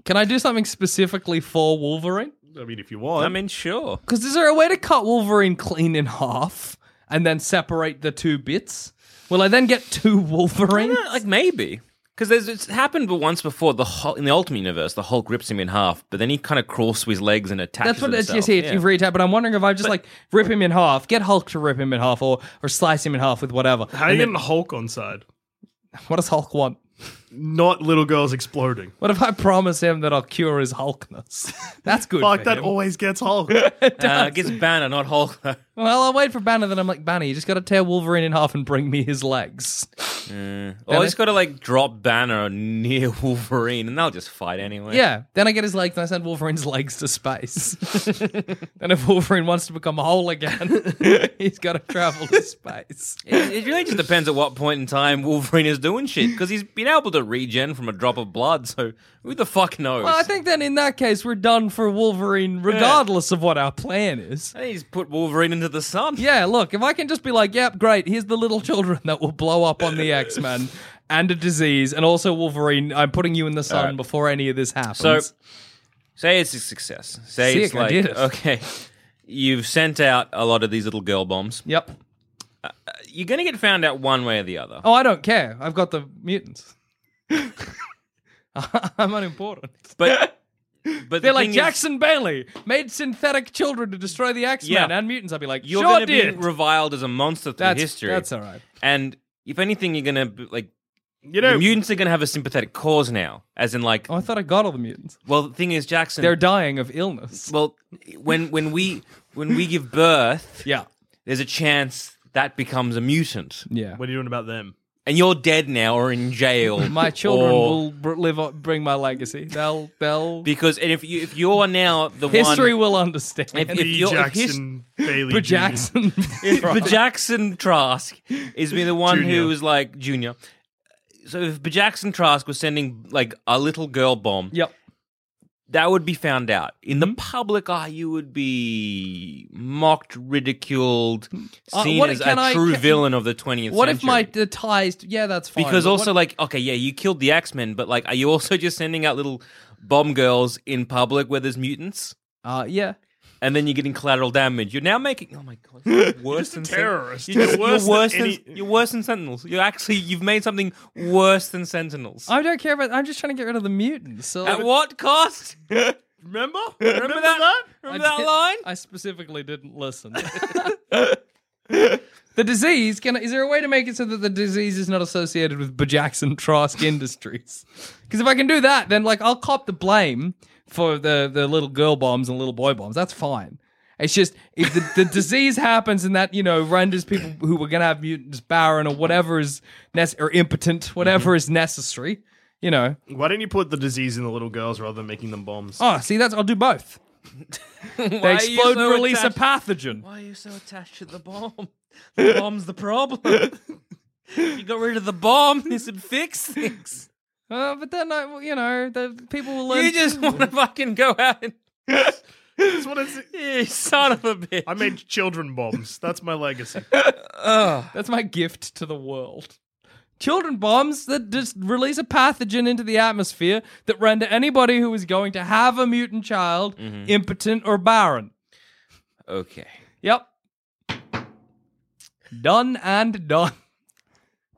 D: Can I do something specifically for Wolverine?
C: I mean, if you want.
B: I mean, sure.
D: Because is there a way to cut Wolverine clean in half and then separate the two bits? Will I then get two
B: I
D: Wolverines?
B: don't know, like maybe because it's happened but once before. The Hulk, in the Ultimate Universe, the Hulk rips him in half, but then he kind of crawls to his legs and attaches.
D: That's what it's
B: himself.
D: just here.
B: Yeah.
D: You've retyped, but I'm wondering if I just like rip him in half, get Hulk to rip him in half, or or slice him in half with whatever.
C: how are you getting Hulk on side?
D: What does Hulk want?
C: Not little girls exploding.
D: What if I promise him that I'll cure his Hulkness? That's good.
C: Fuck,
D: for
C: that
D: him.
C: always gets Hulk.
B: Uh, it gets Banner, not Hulk. though.
D: Well, I'll wait for Banner. Then I'm like Banner, you just got to tear Wolverine in half and bring me his legs.
B: or he's
D: it-
B: got to like drop Banner near Wolverine, and they'll just fight anyway.
D: Yeah. Then I get his legs and I send Wolverine's legs to space. and if Wolverine wants to become whole again, he's got to travel to space.
B: It, it really just depends at what point in time Wolverine is doing shit because he's been able to regen from a drop of blood. So who the fuck knows?
D: Well, I think then in that case, we're done for Wolverine, regardless of what our plan is.
B: I think he's put Wolverine into the sun.
D: Yeah, look, if I can just be like, yep, great, here's the little children that will blow up on the X Men and a disease, and also Wolverine, I'm putting you in the sun
B: right.
D: before any of this happens.
B: So, say it's a success. Say
D: Sick,
B: it's
D: I
B: like
D: did it.
B: okay, you've sent out a lot of these little girl bombs.
D: yep.
B: You're gonna get found out one way or the other.
D: Oh, I don't care. I've got the mutants. I'm unimportant.
B: But but
D: They're
B: the
D: like
B: thing is,
D: Jackson Bailey made synthetic children to destroy the X Men
B: Yeah.
D: and mutants. I'd be like,
B: you're
D: sure
B: gonna
D: did.
B: be reviled as a monster through
D: that's
B: history.
D: That's all right.
B: And if anything, you're gonna be, like
C: you know,
B: the mutants are gonna have a sympathetic cause now, as in like
D: Oh, I thought I got all the mutants.
B: well, the thing is Jackson.
D: They're dying of illness.
B: well, when when we when we give birth,
D: yeah,
B: there's a chance that becomes a mutant,
D: yeah.
C: what are you doing about them?
B: and you're dead now or in jail.
D: My children
B: or-
D: will br- live, on, bring my legacy. They'll, they'll.
B: because and if you if you're now the
D: history
B: one.
D: will understand.
B: If- if-
C: B.
B: you're- his-
C: Jackson Bailey.
D: but
C: Jr.
D: Jackson,
B: But Jackson Trask is being the one
C: Junior.
B: who was like junior. So if Jackson Trask was sending like a little girl bomb,
D: yep.
B: that would be found out in
D: Hmm?
B: the public eye. You would be mocked, ridiculed, seen
D: Uh, what-
B: as
D: can
B: a
D: I-
B: true
D: can-
B: villain of the twentieth.
D: What if my the ties? Yeah, that's fine.
B: because
D: but
B: also
D: what-
B: like okay, yeah, you killed the X Men, but like, are you also just sending out little bomb girls in public where there's mutants?
D: uh, yeah,
B: And then you're getting collateral damage. You're now making oh my god, it's worse than Sen-
C: terrorist.
B: You're, just-
C: You're worse
B: you're worse
C: than
B: than,
C: any-
B: you're worse than Sentinels. You're actually you've made something worse than Sentinels.
D: I don't care about. I'm just trying to get rid of the mutants. So
B: At what cost? Remember,
C: Remember?
B: Remember that?
D: I
B: Remember that
D: did-
B: line?
D: I specifically didn't listen. the disease can is there a way to make it so that the disease is not associated with Bajackson Trask Industries? Because if I can do that, then like I'll cop the blame for the the little girl bombs and little boy bombs. That's fine. It's just if the, the disease happens and that you know renders people who were gonna have mutants barren or whatever is nece- or impotent, whatever
B: Mm-hmm.
D: is necessary, you know.
C: Why don't you put the disease in the little girls rather than making them bombs?
D: Oh, see, that's I'll do both.
B: Why
D: They
B: are you
D: explode
B: so
D: and release
B: attached-
D: a pathogen.
B: Why are you so attached to the bomb? The bomb's the problem. you got rid of the bomb. This would fix things.
D: Uh, but then, I, you know, the people will learn.
B: You just want to fucking go out and
C: That's what it's-
B: you son of a bitch.
C: I made children bombs. That's my legacy.
D: That's my gift to the world. Children bombs that just release a pathogen into the atmosphere that render anybody who is going to have a mutant child
B: Mm-hmm.
D: impotent or barren.
B: Okay.
D: Yep. Done and done.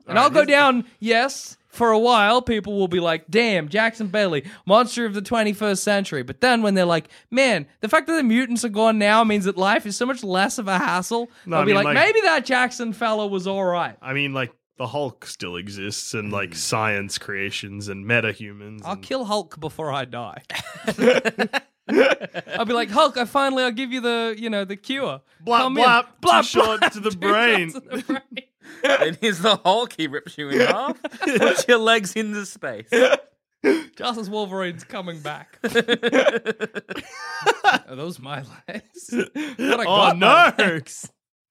D: And I'll go down, yes, for a while, people will be like, damn, Jackson Bailey, monster of the 21st century. But then when they're like, man, the fact that the mutants are gone now means that life is so much less of a hassle,
C: No, I
D: they'll be
C: mean,
D: like,
C: like-
D: maybe that Jackson fella was all right.
C: I mean, like, the Hulk still exists and, like, science creations and metahumans.
D: Hmm. I'll
C: and-
D: kill Hulk before I die. I'll be like, Hulk, I finally, I'll give you the, you know, the cure.
C: Blap,
D: Come in."
C: blap, too
D: blap,
C: short
D: blap,
C: to the
D: too
C: brain.
D: short to the brain.
B: And here's the Hulk. He rips you in half. Put your legs into space.
D: Just as Wolverine's coming back. Are those my legs? But I
C: Oh,
D: got
C: no!
D: my legs.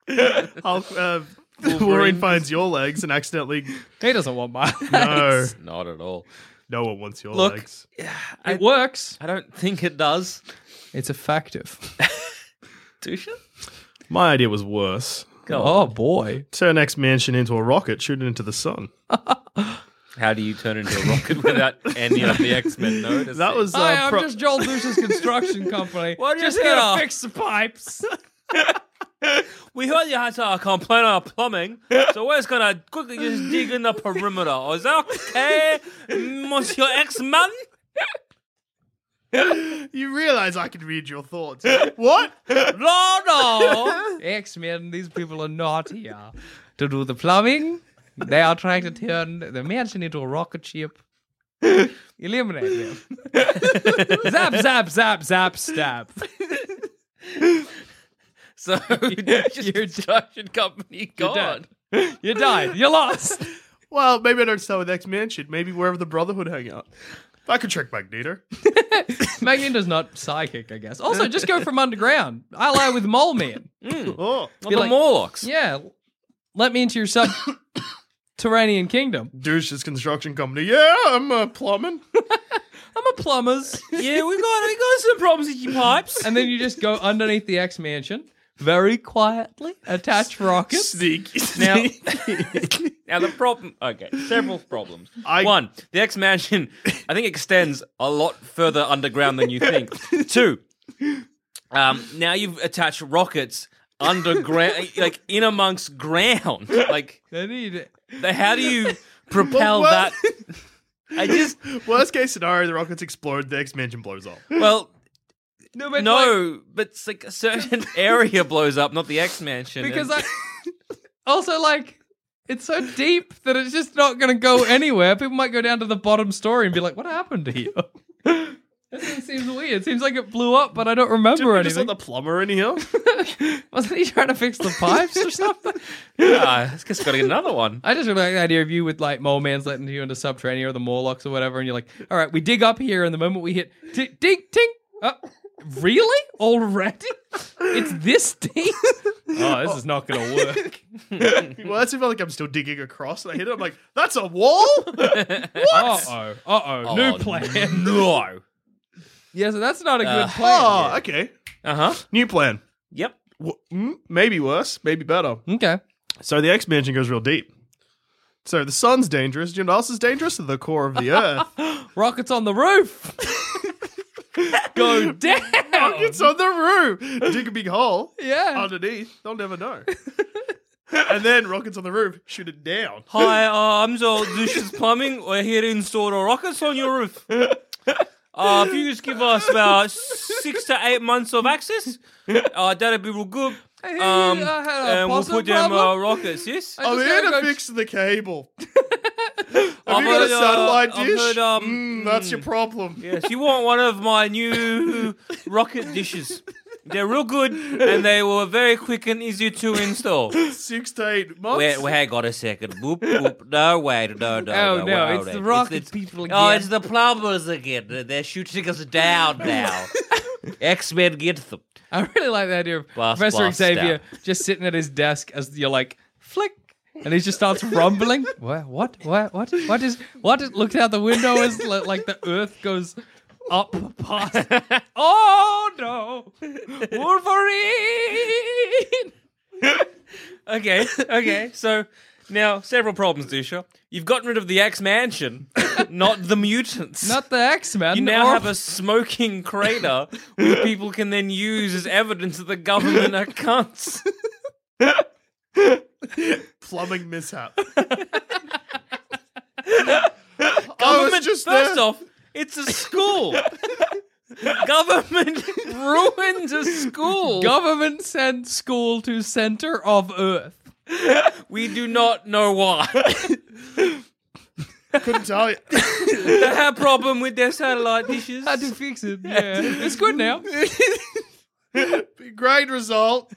C: Hulk, uh, Wolverine.
B: Wolverine.
C: finds your legs and accidentally.
D: He doesn't want mine.
C: No,
B: Not at all.
C: no one wants your
B: Look.
C: legs.
D: it works.
B: I don't think it does.
D: It's effective.
B: Tusha?
C: My idea was worse.
B: Go on.
D: Oh boy.
C: Turn X Mansion into a rocket, shoot it into the sun.
B: How do you turn into a rocket without any of the X Men noticing?
C: That was. Uh,
D: Hi, I'm
C: pro-
D: just Joel Luce's construction company.
B: What do you
D: just
B: think
D: gonna
B: of-
D: fix the pipes.
B: We heard you had to uh, complain about plumbing, so we're just gonna quickly just dig in the perimeter. Is that okay, Monsieur X Man?
C: you realize I can read your thoughts. what?
D: No, no. X Men, these people are not here to do the plumbing. They are trying to turn the mansion into a rocket ship. Eliminate them. zap, zap, zap, zap, stab.
B: So just construction company
D: dead. You died. You lost.
C: Well, maybe I don't start with X Mansion. Maybe wherever the Brotherhood hang out. I could trick Magneto.
D: Magneto's not psychic, I guess. Also, just go from underground. Ally with Mole Man.
C: Oh,
B: Well,
D: Be
B: the
D: like-
B: Morlocks.
D: Yeah. Let me into your subterranean kingdom.
C: douche's construction company. Yeah, I'm uh, plumbing.
D: I'm a plumber's.
B: Yeah, we got we got some problems with your pipes.
D: And then you just go underneath the X Mansion very quietly, attach rockets.
C: Sneaky.
B: Now, now the problem. Okay, several problems.
C: I-
B: One, the X Mansion, I think, extends a lot further underground than you think. Two, um, now you've attached rockets underground, like in amongst ground. Like,
D: They need
B: the, how do you propel
C: Well,
B: that?
C: what?
B: I just
C: Worst case scenario, the rockets explode, the X Mansion blows up.
B: well.
D: no, but like,
B: No, but it's like a certain area blows up, not the X Mansion.
D: because I also like it's so deep that it's just not going to go anywhere. People might go down to the bottom story and be like, "What happened here?" That's what seems weird. Seems like it blew up, but I don't
C: Did
D: remember
C: we just
D: anything.
C: let the plumber in here?
D: Wasn't he trying to fix the pipes or something?
B: yeah, I ah, just got to get another one.
D: I just really like the idea of you with like mole man's letting you into subterranean or the Morlocks or whatever, and you're like, "All right, we dig up here," and the moment we hit t- ding ting, uh, really already? It's this deep? Oh, this is not going to work.
C: well, that's if like I'm still digging across and I hit it. I'm like, that's a wall.
D: Uh oh. Uh oh. New plan.
B: No.
D: yeah, so that's not a good
B: Uh,
D: plan.
C: oh, okay.
B: Uh huh.
C: New plan.
B: Yep.
C: W- mm, maybe worse, maybe better.
D: Okay.
C: So the X Mansion goes real deep. So the sun's dangerous. Do you know what else is dangerous? The core of the earth.
D: Rockets on the roof. Go down.
B: Oh,
C: It's on the roof. Dig a big hole
D: Yeah.
C: underneath. They'll never know. and then rockets on the roof shoot it down.
B: Hi, uh, I'm Zol Dush's Plumbing. We're here to install the rockets on your roof. Uh, if you just give us about six to eight months of access, uh, that'd be real good.
D: I hear
B: Um,
D: you, I uh, had a
B: and we'll
D: possum
B: put them uh,
D: problem.
B: rockets, yes?
D: I
C: I'm
D: just
C: here
D: gotta
C: to
D: go-
C: fix the cable. Have
B: I've
C: you got a
B: heard, uh,
C: satellite
B: I've
C: dish?
B: heard, um,
C: Mm, that's your problem.
B: Yes, you want one of my new rocket dishes. They're real good, and they were very quick and easy to install.
C: Six to eight months.
B: Wait, wait, hang on a second. Boop, boop. No, wait, no, no.
D: Oh,
B: no,
D: no,
B: wait,
D: it's the
B: wait.
D: rocket
B: it's-
D: people
B: Oh,
D: again.
B: it's the plumbers again. They're shooting us down now. X Men get them.
D: I really like the idea of
B: Blast,
D: Professor
B: blast,
D: Xavier just sitting at his desk as you're like, flick. And he just starts rumbling. what? What? What? What? What is? What is? Looks out the window as li- like the Earth goes up past. Oh no, Wolverine!
B: Okay, okay. So now several problems, Dusha. You've gotten rid of the X Mansion, not the mutants.
D: Not the X Men.
B: you now have a smoking crater which people can then use as evidence that the government are cunts.
C: Plumbing mishap.
B: government,
C: Oh, just
B: first
C: there.
B: off, it's a school. government ruins a school.
D: government sent school to center of Earth.
B: we do not know why.
C: Couldn't tell you.
B: they have problem with their satellite dishes.
D: Had to fix it. Yeah, it's good now.
C: Great result.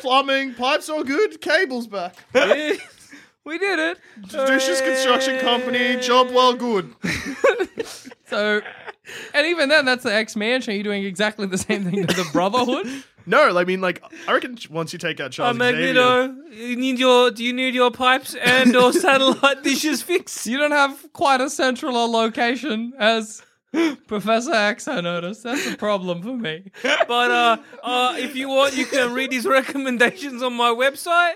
C: Plumbing, pipes all good, cables back.
D: We did it.
C: Douches construction company, job well good.
D: So, and even then, that's the X Mansion. You're doing exactly the same thing to the Brotherhood.
C: No, I mean, like, I reckon once you take out Charles Xavier,
B: Uh, you need your do you need your pipes and or satellite dishes fixed?
D: You don't have quite a central or location as Professor X, I noticed. That's a problem for me.
B: But uh, uh, if you want, you can read his recommendations on my website.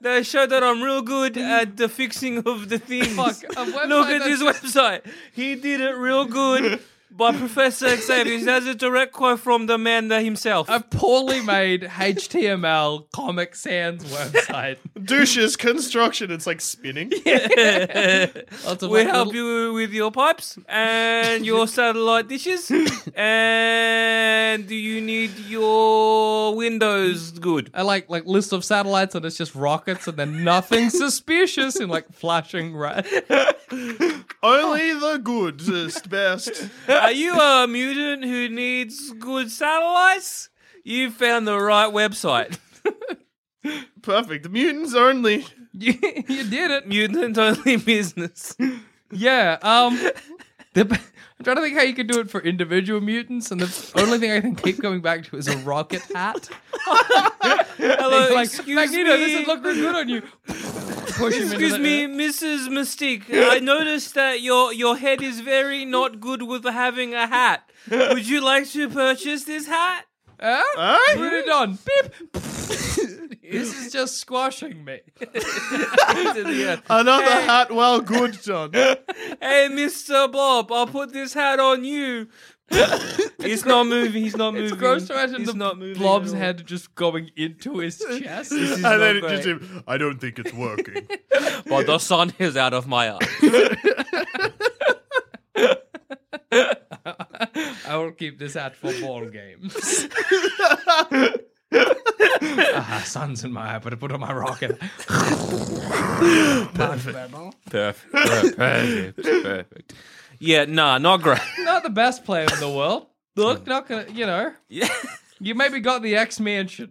B: They show that I'm real good at the fixing of the things.
D: Fuck, a website
B: Look at
D: that-
B: this website. He did it real good by Professor Xavier. He has a direct quote from the man that himself.
D: A poorly made HTML Comic Sans website.
C: douches, construction, it's like spinning.
D: Lots of
B: we
D: like
B: help
D: little-
B: you with your pipes and your satellite dishes. and do you need your windows good?
D: I like like list of satellites and it's just rockets and then nothing suspicious and like flashing red.
C: Only the goodest, best.
B: Are you a mutant who needs good satellites? You found the right website.
C: Perfect. Mutants only.
D: You, you did it.
B: Mutant only business.
D: Yeah. Um. The, I'm trying to think how you could do it for individual mutants, and the only thing I can keep going back to is a rocket hat.
B: Hello,
D: like,
B: Uh, excuse
D: Magneto,
B: me.
D: this would look real good on you. Push him into
B: Excuse
D: the-
B: me, Mrs. Mystique. I noticed that your your head is very not good with having a hat. Would you like to purchase this hat?
D: Huh?
B: Uh-huh.
C: Huh?
D: Ah, Put it on. Beep. this is just squashing me.
B: To the earth.
C: Another hat, well, good, John.
B: Hey, Mr. Bob, I'll put this hat on you. he's not moving. He's not moving.
D: It's gross to imagine
B: he's
D: the
B: not moving
D: blob's
B: at all.
D: head just going into his chest.
C: and then it
B: not
C: just, him, I don't think it's working.
B: But the sun is out of my eyes.
D: I will keep this hat for ball games. ah, sun's in my eye, but I put on my rocket.
B: Perfect. Perfect. Perfect. Yeah, nah, not great.
D: Not the best player in the world. Look,
B: Hmm.
D: not gonna, you know. You maybe got the X Mansion.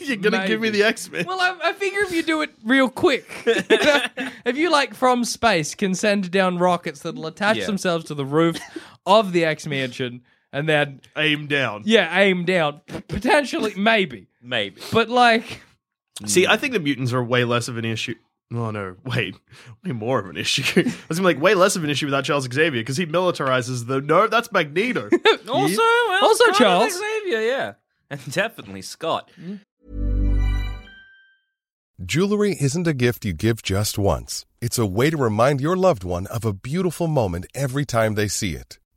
C: You're going to give me
D: Maybe.
C: the X-Men.
D: Well, I, I figure if you do it real quick, if you like from space can send down rockets that'll attach
B: Yeah.
D: themselves to the roof of the X Mansion and then,
C: Aim down.
D: yeah, aim down. Potentially, maybe.
B: Maybe.
D: But like,
C: See,
B: Mm.
C: I think the mutants are way less of an issue. Oh no, wait, way more of an issue. I was gonna be like way less of an issue without Charles Xavier because he militarizes the. No, that's Magneto.
B: Also, well,
D: Also
B: Scott
D: Charles.
B: Xavier, yeah. And definitely Scott.
A: Jewelry isn't a gift you give just once. It's a way to remind your loved one of a beautiful moment every time they see it.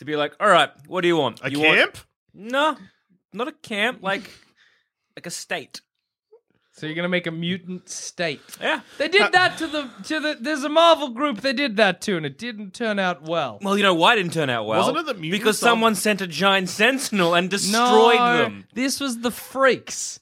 B: To be like, all right, what do you want?
C: A
B: you want-
C: camp?
B: No, not a camp. Like, like a state.
D: so you're gonna make a mutant state.
B: Yeah. Uh,
D: They did that to the to the. There's a Marvel group they did that to, and it didn't turn out well.
B: Well, you know why it didn't turn out well?
C: Wasn't it the mutant
B: because
C: song?
B: someone sent a giant sentinel and destroyed
D: No,
B: them.
D: This was the freaks.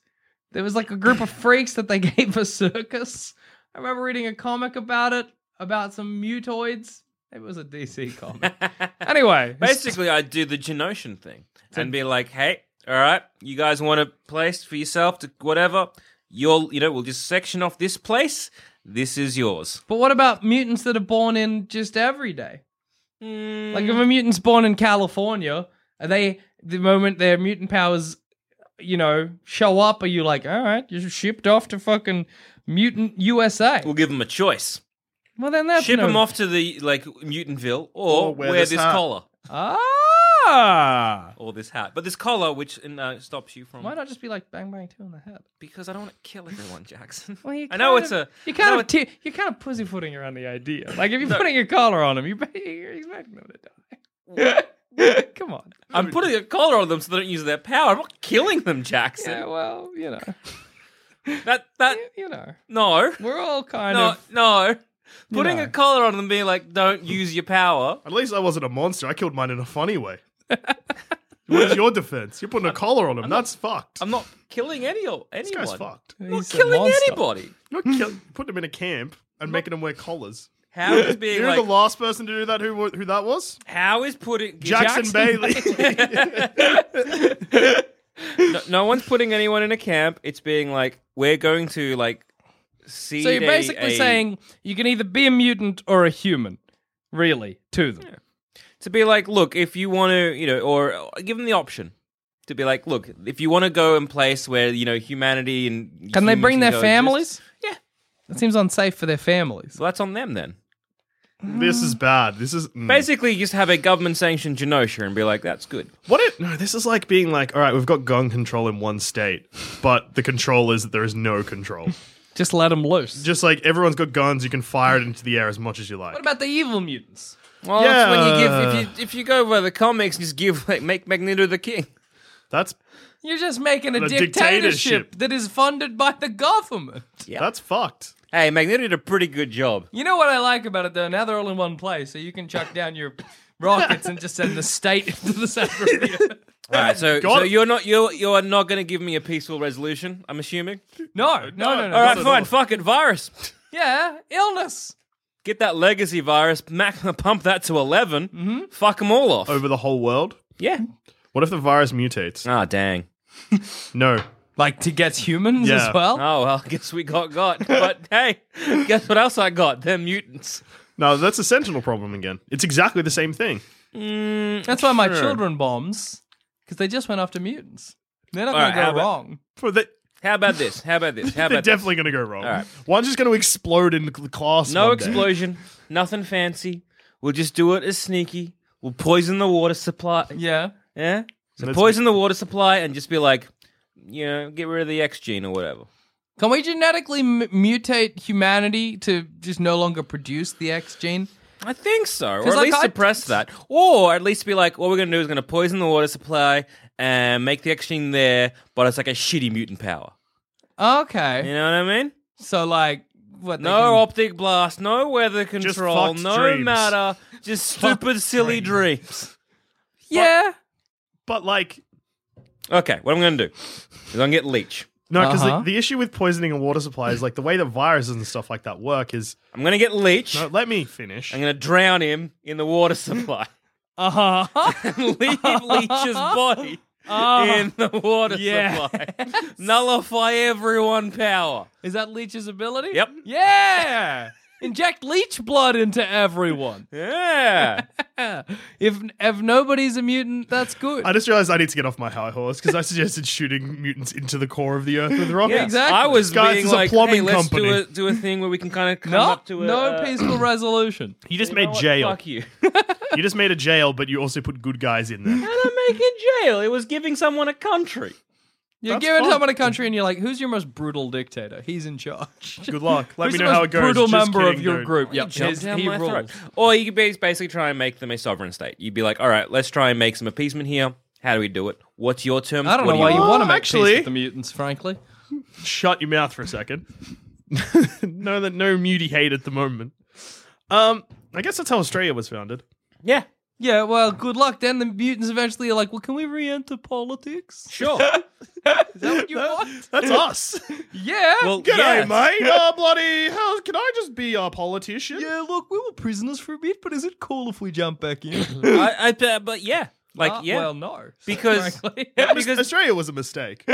D: There was like a group of freaks that they gave a circus. I remember reading a comic about it about some mutoids. It was a DC comic. anyway,
B: Basically, I'd do the Genosian thing and be like, "Hey, all right, you guys want a place for yourself to whatever? You'll, you know, we'll just section off this place. This is yours."
D: but what about mutants that are born in just every day?
B: Mm,
D: Like if a mutant's born in California, are they the moment their mutant powers, you know, show up? Are you like, all right, you're shipped off to fucking mutant USA?
B: we'll give them a choice:
D: Well, then that's
B: ship
D: no-
B: them off to the like Mutantville, or, wear, this,
C: hat.
B: collar
D: Ah,
B: or this hat. But this collar, which uh, stops you from
D: why not just be like bang bang two in the head?
B: because I don't want to kill everyone, Jackson.
D: Well, you
B: I know
D: kind
B: it's
D: of-
B: a
D: you
B: I
D: kind
B: know
D: of t- you're kind of pussyfooting around the idea. Like if you're putting a collar on them, you you're expecting them to die. Come on.
B: I'm putting a collar on them so they don't use their power. I'm not killing them, Jackson.
D: Yeah, well, you know,
B: That that
D: you know,
B: no.
D: we're all kind
B: No,
D: of.
B: no. Putting
D: know.
B: a collar on them, being like, "Don't use your power."
C: At least I wasn't a monster. I killed mine in a funny way. What is your defense? You're putting a collar on him. That's fucked.
B: I'm not killing any anyone.
C: this guy's fucked.
B: I'm not
D: He's a
B: killing
D: monster.
B: anybody.
C: You're not kill- putting him in a camp and making him wear collars.
B: How is
C: You
B: being
C: know
B: like?
C: the last person to do that? Who wa- who that was?
B: how is putting
C: Jackson, Bailey.
B: no, no one's putting anyone in a camp. It's being like we're going to like see.
D: So you're
B: a-
D: basically
B: a-
D: saying you can either be a mutant or a human, really, to them.
B: to be like, look, if you want to, you know, or uh, give them the option to be like, look, if you want to go in place where you know humanity and
D: Can they
B: humans
D: bring their
B: go exist,
D: families?
B: Yeah.
D: That seems unsafe for their families.
B: so that's on them then.
C: this is bad. This is mm.
B: Basically, just have a government sanctioned Genosha and be like, that's good.
C: what it. No, this is like being like, all right, we've got gun control in one state, but the control is that there is no control.
D: Just let them loose.
C: Just like everyone's got guns, you can fire it into the air as much as you like.
D: what about the evil mutants?
B: Well, that's when you
C: Yeah.
B: give if you if you go by the comics, just give like make Magneto the king.
C: That's
D: You're just making a,
C: A
D: dictatorship,
C: dictatorship.
D: that is funded by the government.
C: that's fucked.
B: Hey, Magneto did a pretty good job.
D: You know what I like about it though? Now they're all in one place, so you can chuck down your rockets and just send the state into the center of the earth.
B: All right, so,
C: Got
B: so
C: it.
B: you're not you're you're not going to give me a peaceful resolution. I'm assuming.
D: No, no, no, no.
B: All right,
D: no.
B: fine. Fuck it, virus.
D: Yeah, illness.
B: Get that legacy virus. Mac, pump that to 11 Mm-hmm. Fuck them all off.
C: Over the whole world.
B: Yeah.
C: What if the virus mutates?
B: Ah, dang.
C: No.
D: Like to get humans
C: Yeah.
D: as well.
B: Oh well, guess we got got. But hey, guess what else I got? They're mutants.
C: No, that's a sentinel problem again. It's exactly the same thing.
D: That's why my children bombs because they just went after mutants. They're not
B: All
D: going
B: right,
D: to
B: how
D: go
B: about-
D: wrong.
C: But they,
B: How about this? How about this? How
C: they're
B: about
C: definitely going to go wrong.
B: right.
C: One's just going to explode in the class.
B: this? no
C: one day.
B: explosion? Nothing fancy. We'll just do it as sneaky. We'll poison the water supply.
D: Yeah.
B: Yeah. So
C: That's-
B: poison the water supply and just be like, you know, get rid of the X gene or whatever.
D: Can we genetically m- mutate humanity to just no longer produce the X gene?
B: I think so, or
D: 'Cause,
B: at
D: like,
B: least
D: I-
B: suppress that, or at least be like, what we're going to do is going to poison the water supply and make the X gene there, but it's like a shitty mutant power.
D: Okay.
B: You know what I mean?
D: So like what they
B: No
D: can-
B: optic blast, no weather control,
C: fucked
B: no
C: dreams.
B: matter, just stupid, silly dreams.
D: Yeah.
C: But like,
B: Okay, what I'm going to do is I'm going to get Leech.
C: no, because
D: Uh-huh.
C: the, the issue with poisoning a water supply is like the way that viruses and stuff like that work is.
B: I'm going to get Leech.
C: No, let me finish.
B: I'm going to drown him in the water supply.
D: Uh-huh.
B: leave Leech's body in the water
D: Yes.
B: supply. Nullify everyone power.
D: Is that Leech's ability?
B: Yep.
D: Yeah. Inject leech blood into everyone.
B: Yeah.
D: If if nobody's a mutant, that's good.
C: I just realized I need to get off my high horse because I suggested shooting mutants into the core of the earth with rockets.
B: Yeah.
D: exactly.
B: I was
C: Guys,
B: being
C: it's a
B: like,
C: plumbing
B: hey, let's do
C: company.
B: a, do a thing where we can kind of come
D: no,
B: up to a...
D: no
B: uh,
D: peaceful resolution.
C: You just
B: you know
C: made
B: what?
C: jail.
B: Fuck you.
C: You just made a jail, but you also put good guys in there.
B: How did I make it jail? It was giving someone a country.
D: You're
C: That's
D: giving
C: fine.
D: someone a country and you're like, who's your most brutal dictator? He's in charge.
C: Good luck. Let
D: who's
C: me
D: the
C: know
D: most
C: how it goes.
D: brutal
C: Just
D: member of
C: kidding,
D: your
C: dude.
D: group? Yep.
B: Jump
D: His,
B: down
D: he
B: my
D: rules.
B: throat. Or you could bas- basically try and make them a sovereign state. You'd be like, all right, let's try and make some appeasement here. How do we do it? What's your terms?
D: I don't
B: What
D: know
B: do
D: why you
C: want?
D: want to make
C: Actually-
D: peace with the mutants, frankly.
C: Shut your mouth for a second. no, that no muty hate at the moment. Um, I guess that's how Australia was founded.
B: Yeah,
D: Yeah, well, good luck. Then the mutants eventually are like, well, can we re-enter politics?
B: sure.
D: Is that what you want?
C: That's us.
D: Yeah.
B: Well, yes.
C: G'day, mate. Uh, bloody hell, can I just be a politician?
D: yeah, look, we were prisoners for a bit, but is it cool if we jump back in?
B: I, I, uh, but yeah, like
D: Uh,
B: yeah,
D: Well, no.
B: because
D: frankly.
C: Because Australia was a mistake.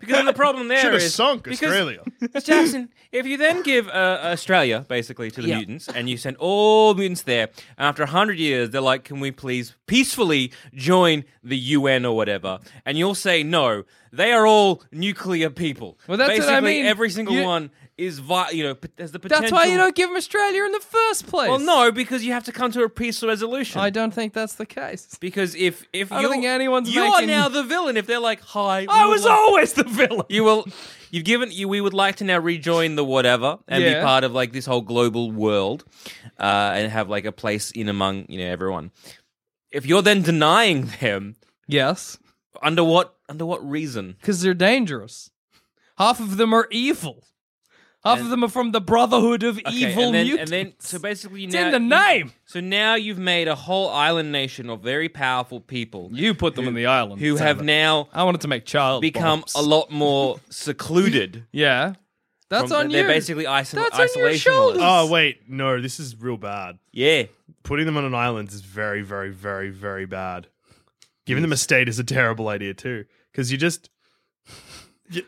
B: because the problem
C: Should
B: there
C: have
B: is
C: sunk
B: because-
C: Australia.
B: Miss Jackson, if you then give uh, Australia basically to the
D: Yeah.
B: mutants and you send all mutants there, after 100 years, they're like, can we please peacefully join the UN or whatever? And you'll say, no, they are all nuclear people.
D: Well, that's what
B: basically,
D: I mean.
B: every single
D: You-
B: one is, vi- you know, p- has the potential.
D: That's why you don't give them Australia in the first place.
B: Well, no, because you have to come to a peaceful resolution.
D: I don't think that's the case.
B: Because if if
D: I don't
B: you're-
D: think anyone's
B: you are
D: making-
B: now the villain. If they're like, "Hi,
D: I
B: we
D: was
B: would like-
D: always the villain.
B: you will. You've given you. We would like to now rejoin the whatever and be
D: Yeah.
B: part of like this whole global world, uh, and have like a place in among you know everyone. If you're then denying them,
D: Yes,
B: under what under what reason?
D: because they're dangerous. Half of them are evil. Half of them are from the Brotherhood of
B: Okay,
D: Evil
B: and then,
D: Mutants.
B: And then, so basically,
D: it's
B: now
D: in the
B: you-
D: name.
B: so now you've made a whole island nation of very powerful people
D: You put them in the island.
B: who have
D: Sandra.
B: now
D: I wanted to make child
B: become
D: bombs.
B: a lot more secluded.
D: Yeah, that's
B: from-
D: on
B: they're
D: you.
B: basically iso-
D: That's on your
B: isolation.
D: shoulders.
C: Oh wait, no, this is real bad.
B: yeah.
C: Putting them on an island is very, very, very, very bad. Giving them a state is a terrible idea too, because you just. You-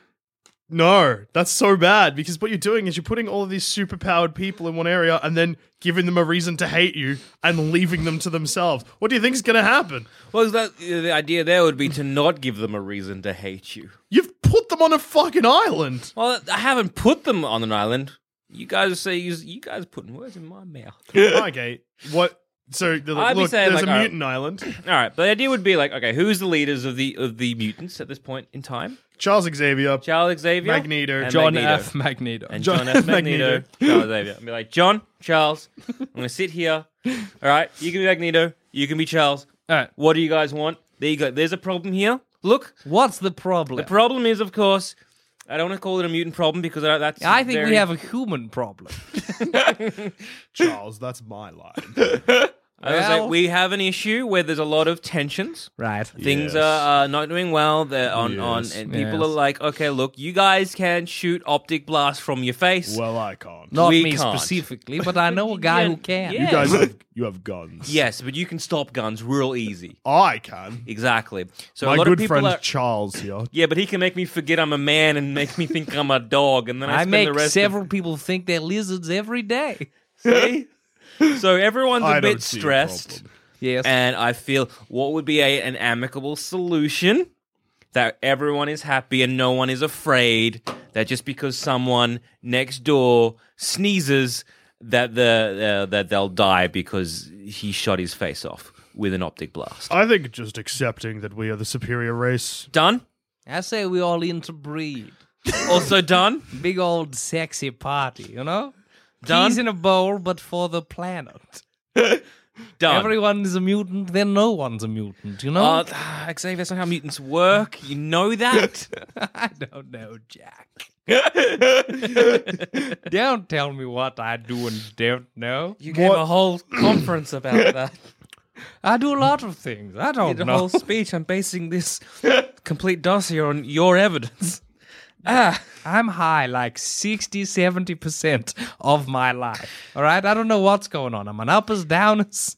C: No, that's so bad because what you're doing is you're putting all of these superpowered people in one area and then giving them a reason to hate you and leaving them to themselves. What do you think is going to happen?
B: Well, that, the idea there would be to not give them a reason to hate you.
C: You've put them on a fucking island.
B: Well, I haven't put them on an island. You guys say you, you guys are putting words in my mouth.
C: okay, what? So they're like,
B: I'd be
C: look,
B: saying,
C: there's
B: like,
C: a
B: all right.
C: mutant island.
B: All right, but the idea would be like, okay, who's the leaders of the of the mutants at this point in time?
C: Charles Xavier,
B: Charles Xavier,
C: Magneto,
B: and
D: John
B: Magneto.
D: F. Magneto.
B: and
C: John
B: John, F.
C: F.
B: Magneto,
C: Magneto.
B: Charles Xavier. I'd be like, John, Charles, I'm gonna sit here. All right, you can be Magneto, you can be Charles.
D: All right.
B: What do you guys want? There you go. There's a problem here. Look,
D: What's the problem?
B: the problem is, of course, I don't want to call it a mutant problem because I- that's.
D: I think we
B: very-
D: have a human problem.
C: Charles, that's my line.
B: I was like,
D: Well-
B: we have an issue where there's a lot of tensions.
D: Right.
B: Things
C: Yes.
B: are uh, not doing well. They're on on,
C: Yes.
B: and people
D: Yes.
B: are like, okay, look, you guys can shoot optic blast from your face.
C: Well, I can't.
D: Not
B: We
D: me
B: can't.
D: specifically, but I know a guy
B: Yeah,
D: who can.
B: yeah.
C: You guys have you have guns.
B: yes, but you can stop guns real easy.
C: I can.
B: Exactly. So
C: My
B: a lot
C: good
B: of people
C: friend
B: are.
C: Charles here.
B: yeah, but he can make me forget I'm a man and make me think I'm a dog, and then I,
D: I
B: spend the
D: make
B: rest.
D: several people think they're lizards every day.
B: Of, so everyone's
C: I
B: a
C: don't
B: bit
C: see a
B: stressed,
C: problem.
D: Yes.
B: and I feel what would be a, an amicable solution that everyone is happy and no one is afraid that just because someone next door sneezes that the uh, that they'll die because he shot his face off with an optic blast.
C: I think just accepting that we are the superior race.
B: Done.
D: I say we all interbreed.
B: Also done.
D: Big old sexy party, you know?
B: Done.
D: Peas in a bowl, but for the planet.
B: Done.
D: Everyone is a mutant, then no one's a mutant, you know?
B: Uh, Xavier, that's not how mutants work. You know that.
D: I don't know, Jack. don't tell me what I do and don't know.
B: You gave a whole conference about that.
D: I do a lot of things. I
B: You
D: don't
B: did a
D: know.
B: whole speech. I'm basing this complete dossier on your evidence. Ah,
D: I'm high like 60, 70% of my life. All right? I don't know what's going on. I'm an uppers, downers.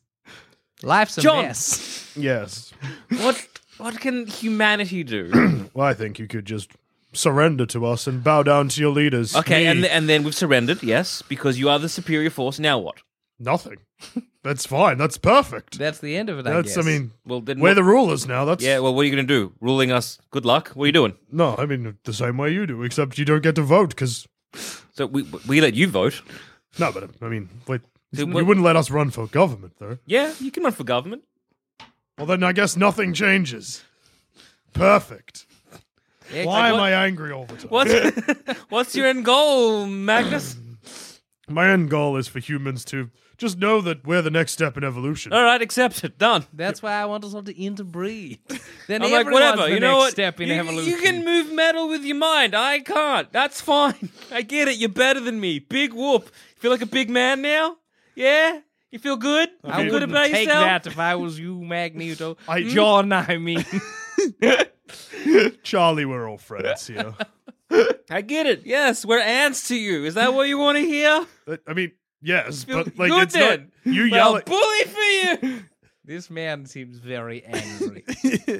D: Life's a
B: John.
D: mess.
C: Yes.
B: what what can humanity do?
C: Well, I think you could just surrender to us and bow down to your leaders.
B: okay,
C: Me,
B: and and then we've surrendered. Yes, because you are the superior force. Now what?
C: nothing. That's fine. That's perfect.
D: That's the end of it, I
C: That's.
D: guess.
C: I mean,
B: Well, then
C: we're
B: what-
C: the rulers now. That's
B: Yeah. Well, what are you going to do? Ruling us? Good luck. What are you doing?
C: no. I mean, the same way you do, except you don't get to vote because
B: So we we let you vote.
C: no. But I mean, wait.
B: Dude,
C: You
B: what-
C: wouldn't let us run for government, though.
B: Yeah, you can run for government.
C: Well, then I guess nothing changes. Perfect. Why am I angry all the time?
B: What's what's your end goal, Magnus?
C: My end goal is for humans to just know that we're the next step in evolution.
B: All right, accepted. Done.
D: That's why I want us all to interbreed. Then
B: I'm like,
D: everyone's
B: whatever.
D: the
B: You know
D: next
B: what?
D: step in
B: you,
D: evolution.
B: you can move metal with your mind. I can't. That's fine. I get it. You're better than me. Big whoop. Feel like a big man now? Yeah. You feel good?
D: I
B: feel good
D: wouldn't
B: about
D: take
B: yourself?
D: that if I was you, Magneto.
C: I-
D: John, I mean.
C: Charlie, we're all friends here.
B: I get it. Yes, we're ants to you. Is that what you want to hear?
C: But, I mean, yes,
B: Feel
C: but like
B: good
C: it's
B: then.
C: not you
B: Well,
C: yell at
B: bully for you.
D: this man seems very angry.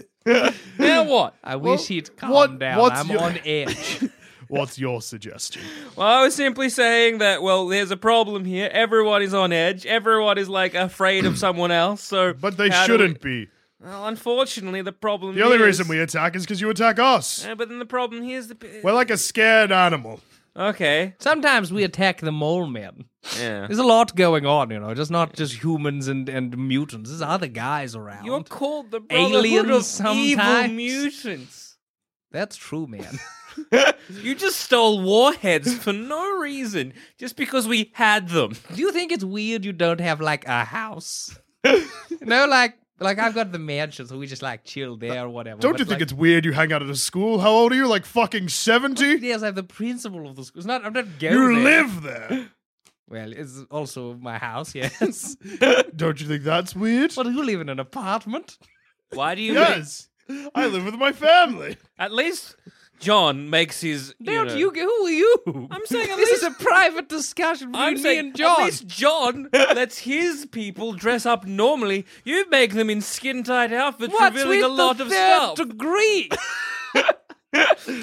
B: now what?
D: I
C: Well,
D: wish he'd calm
C: what-
D: down.
C: what's
D: I'm
C: your-
D: on edge.
C: What's your suggestion?
B: Well, I was simply saying that, well, there's a problem here. Everyone is on edge. Everyone is, like, afraid of someone else. So,
C: But they
B: how do we-
C: shouldn't be.
B: Well, unfortunately, the problem
C: The only
B: is-
C: reason we attack is because you attack us.
B: Yeah, but then the problem here is the.
C: We're like a scared animal.
B: Okay.
D: Sometimes we attack the mole men.
B: Yeah.
D: There's a lot going on, you know. Just not just humans and, and mutants. There's other guys around.
B: You're called the
D: Aliens
B: Brotherhood of Evil
D: sometimes.
B: Mutants.
D: That's true, man.
B: You just stole warheads for no reason, just because we had them.
D: Do you think it's weird you don't have like a house? you know, like Like I've got the mansion, so we just like chill there or whatever.
C: Don't
D: but,
C: you think
D: like,
C: it's weird you hang out at a school? How old are you? Like fucking 70?
D: Yes, I'm the principal of the school. It's not. I'm not going.
C: You
D: there.
C: live there.
D: Well, it's also my house. Yes.
C: Don't you think that's weird?
D: Well, you live in an apartment.
B: Why do you?
C: Yes. I live with my family.
B: At least John makes his. You
D: Don't
B: know-
D: you? Who are you?
B: I'm saying at
D: this
B: least
D: is a private discussion between
B: I'm
D: me
B: saying
D: and John.
B: at least John lets his people dress up normally. You make them in skin tight outfits,
D: What's
B: revealing
D: with
B: a lot
D: the
B: of
D: third
B: stuff.
D: degree?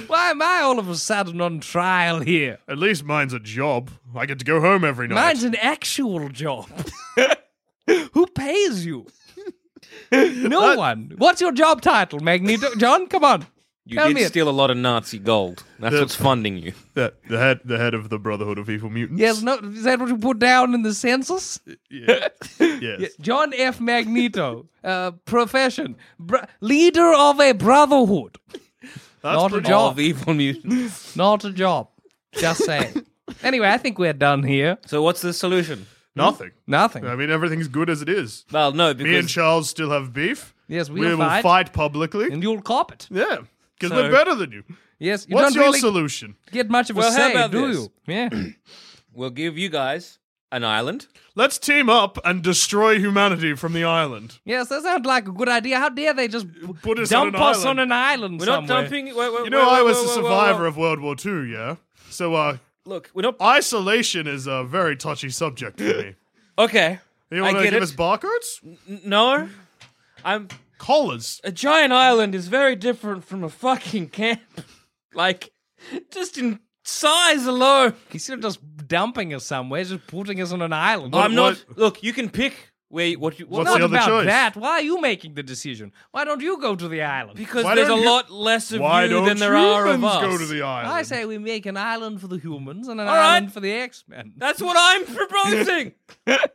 D: Why am I all of a sudden on trial here?
C: At least mine's a job. I get to go home every night.
D: Mine's an actual job. Who pays you? No
B: Uh,
D: one. What's your job title, Magneto? John, come on.
B: You
D: Tell
B: did
D: me it.
B: steal a lot of Nazi gold. That's what's funding you.
C: the, the head, the head of the Brotherhood of Evil Mutants.
D: Yes, no, is that what you put down in the census?
C: Yeah. yes.
D: Yeah, John F. Magneto, uh, profession, br- leader of a brotherhood.
C: That's
D: Not a
C: pretty-
D: job.
B: Of evil mutants.
D: Not a job. Just saying. anyway, I think we're done here.
B: so what's the solution?
C: Nothing.
D: Nothing.
C: I mean, everything's good as it is.
B: Well, no,
C: Me and
B: because
C: Charles still have beef.
D: Yes,
C: we
D: we'll
C: will
D: fight.
C: fight publicly.
D: and you'll cop it.
C: yeah, because
B: So-
C: we're better than you.
D: Yes, you
C: What's
D: don't
C: your
D: really
C: solution?
D: get much of a
B: Well, how
D: say,
B: about
D: do
B: this?
D: you? Yeah.
B: we'll give you guys an island.
C: Let's team up and destroy humanity from the island.
D: yes, that sounds like a good idea. How dare they just
C: Put us
D: dump
C: on an
D: us
C: island.
D: on an island
B: We're not
D: somewhere?
B: dumping. Wait, wait,
C: You know, I was a survivor of World War II. Yeah, so uh,
B: Look, we're not.
C: isolation is a very touchy subject for me.
B: Okay,
C: You
B: I
C: want to
B: get
C: give
B: it.
C: us barcodes?
B: N- no, I'm.
C: Collars.
B: a giant island is very different from a fucking camp. Like, just in size alone.
D: Instead of just dumping us somewhere, just putting us on an island.
B: I'm not. Look, you can pick where you- what you. What,
C: What's
D: not
C: the other
D: about
C: choice?
D: that. Why are you making the decision? Why don't you go to the island?
B: because
C: Why
B: there's a
C: don't you-
B: lot less of
C: Why
B: you
C: don't
B: than there
C: humans
B: are of us.
C: go to the island?
D: I say we make an island for the humans and an
B: All
D: island
B: right.
D: for the X Men.
B: That's what I'm proposing.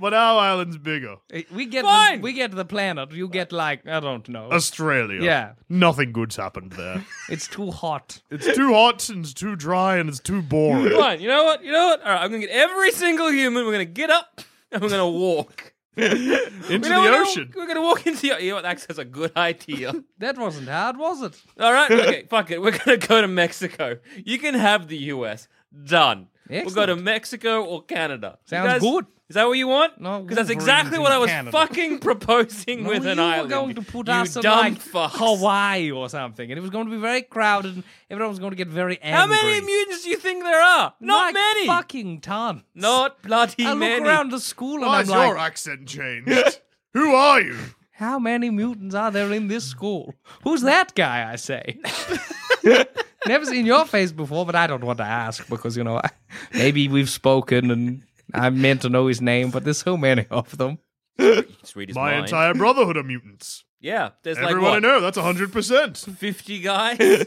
C: but our island's bigger.
D: Uh, We get the,
B: Fine.
D: we get the planet. You get like I don't know.
C: Australia.
D: Yeah.
C: Nothing good's happened there.
D: It's too hot.
C: It's too hot and it's too dry and it's too boring.
B: Fine. You know what? You know what? All right. I'm gonna get every single human. We're gonna get up and we're gonna walk
C: Into
B: You know,
C: the
B: we're gonna-
C: ocean.
B: We're gonna walk into the. You know what? That's that's a good idea.
D: That wasn't hard, was it?
B: All right, okay, fuck it. We're gonna go to Mexico. You can have the US. Done. We'll go to
D: Excellent.
B: Mexico or Canada. You
D: Sounds good.
B: Is that what you want?
D: No,
B: because that's
D: Wolverine's
B: exactly
D: in
B: what I was
D: Canada.
B: fucking proposing
D: No,
B: with an
D: you
B: island.
D: were going to put
B: you
D: us in
B: dumb
D: like
B: fucks.
D: Hawaii or something, and it was going to be very crowded, and everyone was going to get very angry.
B: How many mutants do you think there are? Not
D: Like
B: many.
D: Fucking tons.
B: Not bloody
D: I look
B: many.
D: around the school and
C: Why's
D: I'm like,
C: your accent changed? Who are you?
D: how many mutants are there in this school? Who's that guy? I say. Never seen your face before, but I don't want to ask because you know I, maybe we've spoken and I meant to know his name, but there's so many of them.
B: Just read his
C: My
B: mind.
C: entire brotherhood are mutants.
B: Yeah, there's like
C: Everyone I
B: what,
C: know, that's 100%.
B: 50 guys.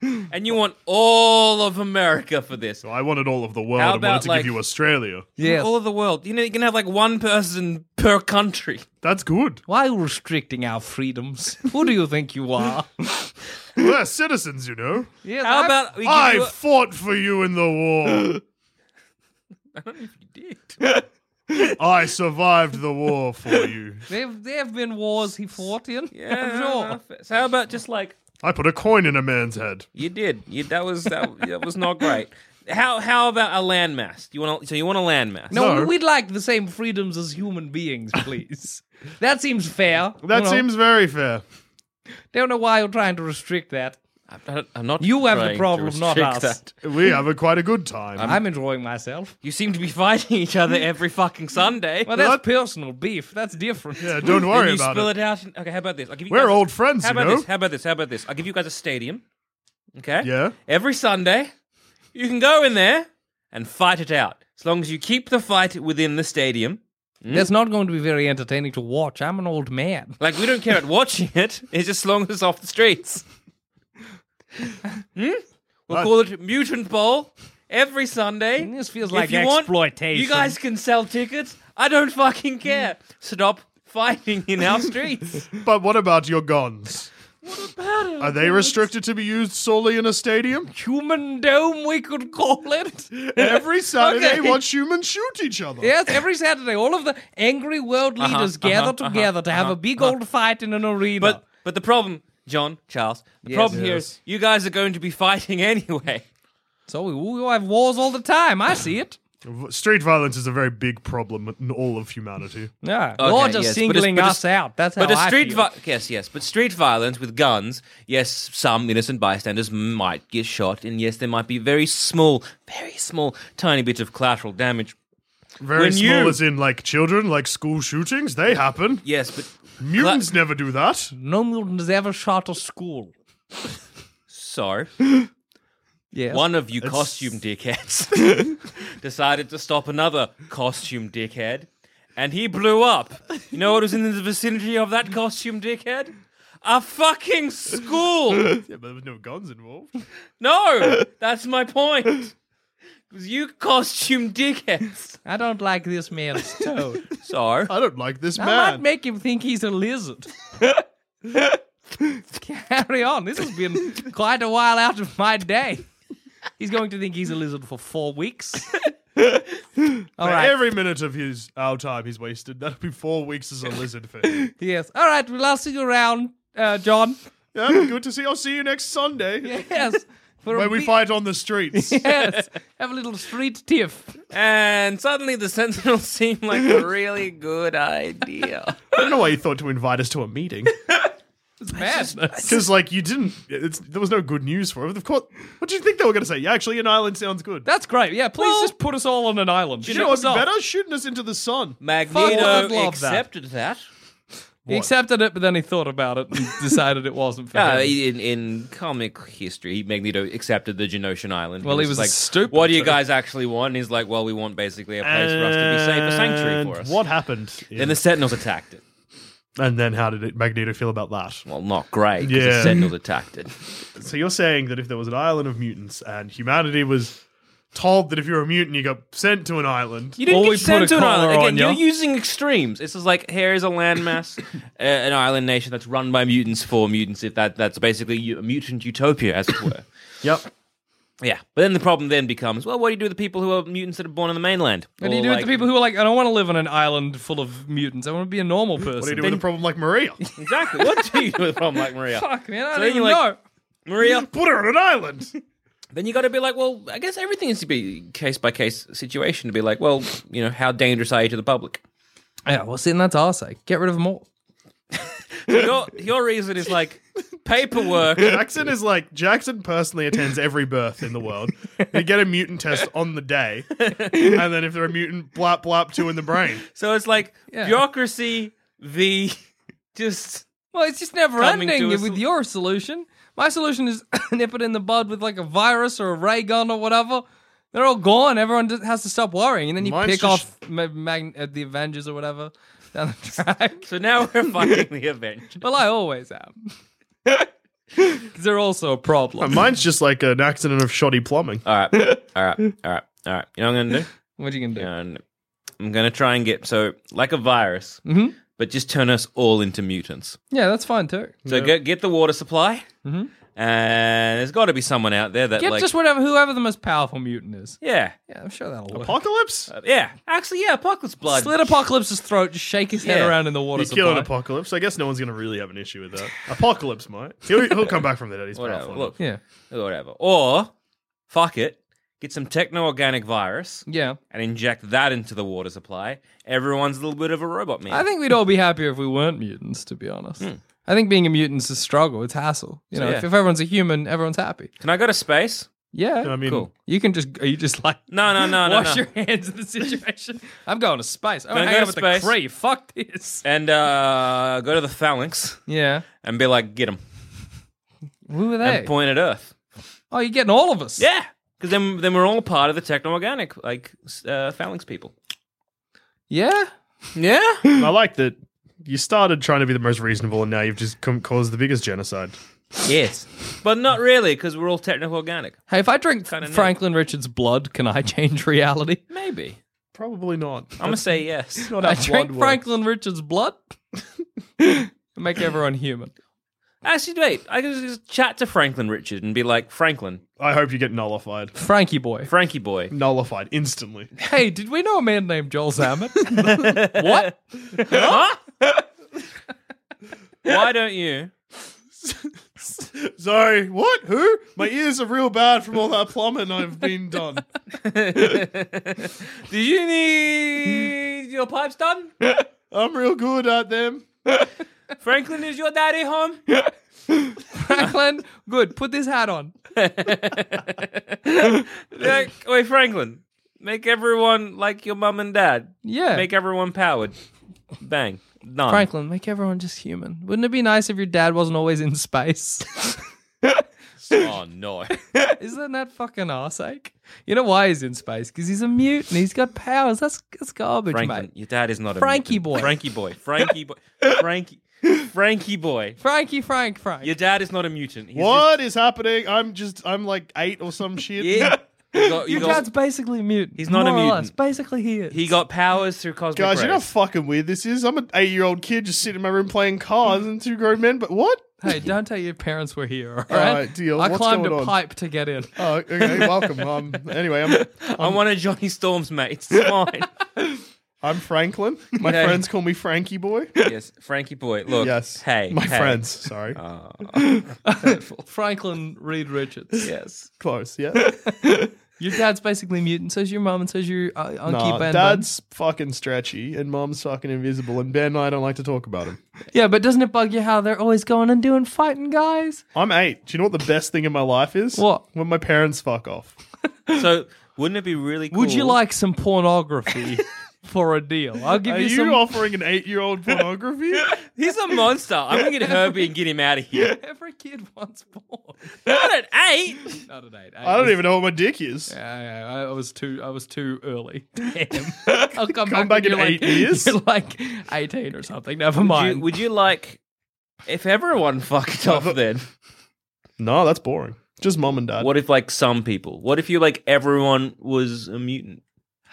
B: and you want all of America for this.
C: So I wanted all of the world
B: How
C: and wanted
B: about,
C: to
B: like-
C: give you Australia.
D: Yes.
B: All of the world. You know, you can have like one person per country.
C: That's good.
D: Why are you restricting our freedoms? Who do you think you are?
C: We're citizens, you know.
D: Yes,
B: How
D: I'm-
B: about we give
C: I
B: you a-
C: fought for you in the
B: I don't know if you did.
C: war. I survived the war for you.
D: There, there have been wars he fought in.
B: Yeah,
D: sure.
B: So how about just like
C: I put a coin in a man's head.
B: you did? You, that was that, that was not great. How how about a landmass? You want to, so you want a landmass?
D: No,
C: No.
D: we'd like the same freedoms as human beings, please. that seems fair.
C: That
D: you know.
C: seems very fair.
D: Don't know why you're trying to restrict that.
B: I'm not. I'm not
D: You have
B: trying
D: the
B: to
D: problem, not
B: restrict
D: us.
B: that.
C: We have a quite a good time.
D: I'm enjoying myself.
B: You seem to be fighting each other every fucking Sunday.
D: Well, that's personal beef. That's different.
C: yeah, don't worry
B: you
C: about
B: spill
C: it.
B: it. out. in- Okay, how about this? I'll give you
C: We're
B: guys-
C: old friends,
B: How
C: you
B: about
C: know.
B: this? How about this? How about this? I'll give you guys a stadium. Okay.
C: Yeah.
B: Every Sunday, you can go in there and fight it out. As long as you keep the fight within the stadium.
D: That's not going to be very entertaining to watch. I'm an old man.
B: Like we don't care about watching it. It's just as long as it's off the streets. hmm? We'll
C: Right.
B: call it Mutant Bowl every Sunday.
D: This feels like
B: you want,
D: exploitation.
B: you guys can sell tickets. I don't fucking care. Stop fighting in our streets.
C: But what about your guns? Are they restricted to be used solely in a stadium?
D: Human dome, we could call it.
C: Every Saturday,
D: Okay.
C: watch humans shoot each other.
D: Yes, every Saturday, all of the angry world
C: Uh-huh,
D: leaders gather together to have a big old fight in an arena.
B: But but the problem, John Charles, the
D: Yes.
B: problem here
C: Yes.
B: is you guys are going to be fighting anyway.
D: so we, we all have wars all the time. I see it.
C: V- Street violence is a very big problem in all of humanity.
D: Yeah, you're
B: Okay, yes,
D: just
B: but it's-
D: singling
B: but
D: us
B: it's-
D: out. That's how
B: But a
D: I
B: street
D: feel.
B: vi- yes, yes, but street violence with guns, yes, some innocent bystanders might get shot, and yes, there might be very small, very small, tiny bits of collateral damage.
C: Very
B: When
C: small,
B: you-
C: as in like children, like school shootings, they happen.
B: Yes, but
C: Mutants never do that.
D: no mutant has ever shot a school.
B: so
D: Yes.
B: one of you costume dickheads decided to stop another costume dickhead, and he blew up. You know what was in the vicinity of that costume dickhead? A fucking school.
C: Yeah, but there was no guns involved.
B: No, that's my point. Because you costume dickheads.
D: I don't like this man's toad.
B: So,
C: I don't like this
D: I might
C: man.
D: make him think he's a lizard. Carry on. This has been quite a while out of my day. He's going to think he's a lizard for four weeks. All
C: For
D: right.
C: Every minute of his our time he's wasted. That'll be four weeks as a lizard for him.
D: yes. All right. Well, I'll see you around, uh, John.
C: Yeah, good to see. I'll see you next Sunday
D: Yes. For a
C: where we
D: bit-
C: fight on the streets.
D: Yes. Have a little street tiff.
B: and suddenly the Sentinel seemed like a really good idea.
C: I don't know why you thought to invite us to a meeting.
D: It's madness.
C: Because like you didn't, it's, there was no good news for him. Of course, what do you think they were going to say? Yeah, actually, an island sounds good.
D: That's great. Yeah. Please
B: Well-
D: just put us all on an island.
C: you know what's better? Shooting us into the sun.
D: Fuck, I'd
B: Magneto
D: love that.
B: accepted that.
D: He accepted it, but then he thought about it and decided it wasn't for
B: Uh,
D: him.
B: in, in comic history, Magneto accepted the Genosian Island.
D: Well, he was
B: like,
D: stupid,
B: What do you
D: too."
B: guys actually want? And he's like, well, we want basically a place for us to be safe, a sanctuary for us.
C: What happened? is-
B: Then the Sentinels attacked it.
C: and then how did it, Magneto feel about that?
B: Well, not great, 'cause the
C: Yeah.
B: Sentinels attacked it.
C: So you're saying that if there was an island of mutants and humanity was told that if you're a mutant, you got sent to an island.
B: You didn't
D: Well,
B: get
D: we put
B: sent
D: a
B: to an
D: collar
B: island. Again,
D: on
B: you're
D: ya.
B: using extremes. This is like here is a landmass, uh, an island nation that's run by mutants for mutants. If that that's basically u- a mutant utopia, as it were.
C: Yep.
B: yeah. But then the problem then becomes, well, what do you do with the people who are mutants that are born on the mainland?
D: What do you
B: Or,
D: do
B: like-
D: with the people who are like, I don't want to live on an island full of mutants. I want to be a normal person.
C: What do you do with a problem like Maria?
B: Exactly. What do you do with a problem like Maria?
D: Fuck, man, I
B: So
D: don't
B: then
D: even
B: you're like-
D: know.
B: Maria.
C: Put her on an island.
B: Then you got to be like, well, I guess everything is to be case by case situation. To be like, well, you know, how dangerous are you to the public?
D: Yeah, well, see, and that's our say. Get rid of them all.
B: Your your reason is like paperwork.
C: Jackson is like Jackson personally attends every birth in the world. They get a mutant test on the day, and then if they're a mutant, blap blap two in the brain.
B: So it's like
D: Yeah.
B: bureaucracy v just
D: Well, it's just never
B: Coming to
D: ending
B: a
D: with
B: sol-
D: your solution. My solution is nip it in the bud with like a virus or a ray gun or whatever. They're all gone. Everyone just has to stop worrying, and then you
C: Mine's
D: pick
C: just-
D: off ma- mag- uh, the Avengers or whatever down the track.
B: So now we're fighting the Avengers.
D: well, I always am. 'Cause they're also a problem.
C: Mine's just like an accident of shoddy plumbing.
B: All right, all right, all right, all right. You know what I'm gonna do?
D: What are you gonna do?
B: You know what I'm gonna do? I'm gonna try and get so like a virus, but just turn us all into mutants.
D: Yeah, that's fine too.
B: So get get the water supply, and there's got to be someone out there that
D: Get
B: like
D: just whatever, whoever the most powerful mutant is.
B: yeah Uh,
D: Yeah, I'm sure that'll work.
C: Apocalypse?
B: yeah actually yeah apocalypse blood.
D: Slit Apocalypse's throat, just shake his head
B: Yeah.
D: around in the water.
C: You kill an
D: supply.
C: apocalypse. I guess no one's gonna really have an issue with that. Apocalypse might. He'll, he'll come back from the dead. He's
B: whatever.
C: powerful.
B: Look,
C: Look,
D: Yeah,
B: whatever. Or fuck it, get some techno organic virus
D: yeah.
B: and inject that into the water supply. Everyone's a little bit of a robot man.
D: I think we'd all be happier if we weren't mutants, to be honest. I think being a mutant's a struggle. It's hassle. You know,
B: Hmm. yeah.
D: if, if everyone's a human, everyone's happy.
B: Can I go to space?
D: Yeah,
C: I mean,
B: Cool.
D: you can just are you just like
B: No, no, no, no.
D: wash
B: no.
D: your hands of the situation. I'm going to space. I'm
B: Gonna
D: gonna
B: go
D: hang out with
B: to
D: the
B: space.
D: Kree. Fuck this.
B: and uh, go to the phalanx
D: Yeah,
B: and be like, get them,
D: who are they?
B: and point at Earth.
D: oh, you're getting all of us.
B: Yeah, because then then we're all part of the techno organic like s- uh, phalanx people.
D: yeah.
B: Yeah,
C: I like that you started trying to be the most reasonable, and now you've just com- caused the biggest genocide.
B: yes, but not really because we're all techno organic.
D: Hey, if I drink
B: Kinda neat.
D: Franklin Richards' blood, can I change reality?
B: Maybe
C: Probably not.
B: I'm gonna say yes.
C: Not
D: I
C: how
D: drink
C: blood works.
D: Franklin Richards' blood. Make everyone human.
B: Actually, wait. I could just chat to Franklin Richard and be like, Franklin,
C: I hope you get nullified.
D: Frankie boy.
B: Frankie boy.
C: Nullified instantly.
D: Hey, did we know a man named Joel Zammett? what?
B: huh? Why don't you?
C: Sorry, what? Who? My ears are real bad from all that plumbing I've been done.
B: Do you need your pipes done?
C: I'm real good at them.
B: Franklin, is your daddy home?
D: Franklin, good. Put this hat on.
B: Like, wait, Franklin, make everyone like your mum and dad.
D: Yeah.
B: Make everyone powered. Bang. None.
D: Franklin, make everyone just human. Wouldn't it be nice if your dad wasn't always in space?
B: Oh, no.
D: Isn't that fucking arseache? You know why he's in space? Because he's a mutant. He's got powers. That's, that's garbage,
B: Franklin,
D: mate.
B: your dad is not a
D: Frankie
B: mutant.
D: boy.
B: Frankie boy. Frankie boy. Frankie. Frankie boy.
D: Frankie, Frank, Frank.
B: Your dad is not a mutant. He's
C: What is happening? I'm just, I'm like eight or some shit.
B: Just, yeah. You got, you
D: your
B: got,
D: dad's basically a mutant.
B: He's not a
D: More or
B: mutant.
D: less. Basically, he is.
B: he got powers through cosmic
C: Guys, you know how
B: rays.
C: fucking weird this is? I'm an eight year old kid just sitting in my room playing cars and two grown men, but what?
D: Hey, don't tell your parents we're here, all right?
C: right, deal.
D: I
C: What's
D: climbed
C: going
D: a
C: on?
D: pipe to get in.
C: Oh, okay, welcome. Um, anyway, I'm,
B: I'm one of Johnny Storm's mates. It's mine.
C: I'm Franklin. My
B: Okay.
C: friends call me Frankie Boy.
B: yes, Frankie boy. Look,
C: Yes.
B: hey,
C: My
B: hey. Uh.
C: friends, sorry.
D: Franklin Reed Richards.
B: Yes,
C: Close, yeah.
D: Your dad's basically mutant. So's your mum, and so's your uh, unky
C: Nah,
D: Ben.
C: dad's fucking stretchy and mom's fucking invisible, and Ben and I don't like to talk about him.
D: Yeah, but doesn't it bug you how they're always going and doing fighting guys?
C: I'm eight. Do you know what the best thing in my life is?
D: What?
C: When my parents fuck off.
B: So, wouldn't it be really cool?
D: Would you like some pornography for a deal? I'll give
C: Are
D: you
C: you
D: some.
C: offering an eight year old pornography?
B: He's a monster. I'm gonna get Herbie and get him out of here.
D: Every kid wants porn.
B: Not at eight.
D: Not an eight.
C: I don't even know what my dick is.
D: Yeah, I, I was too. I was too early. Damn. I'll come,
C: Come back
D: back, when
C: in
D: you're
C: eight
D: like,
C: years?
D: You're like eighteen or something. Never
B: Would
D: mind.
B: you, would you like if everyone fucked off? Then
C: No, that's boring. Just mom and dad.
B: what if like some people? What if you like everyone was a mutant?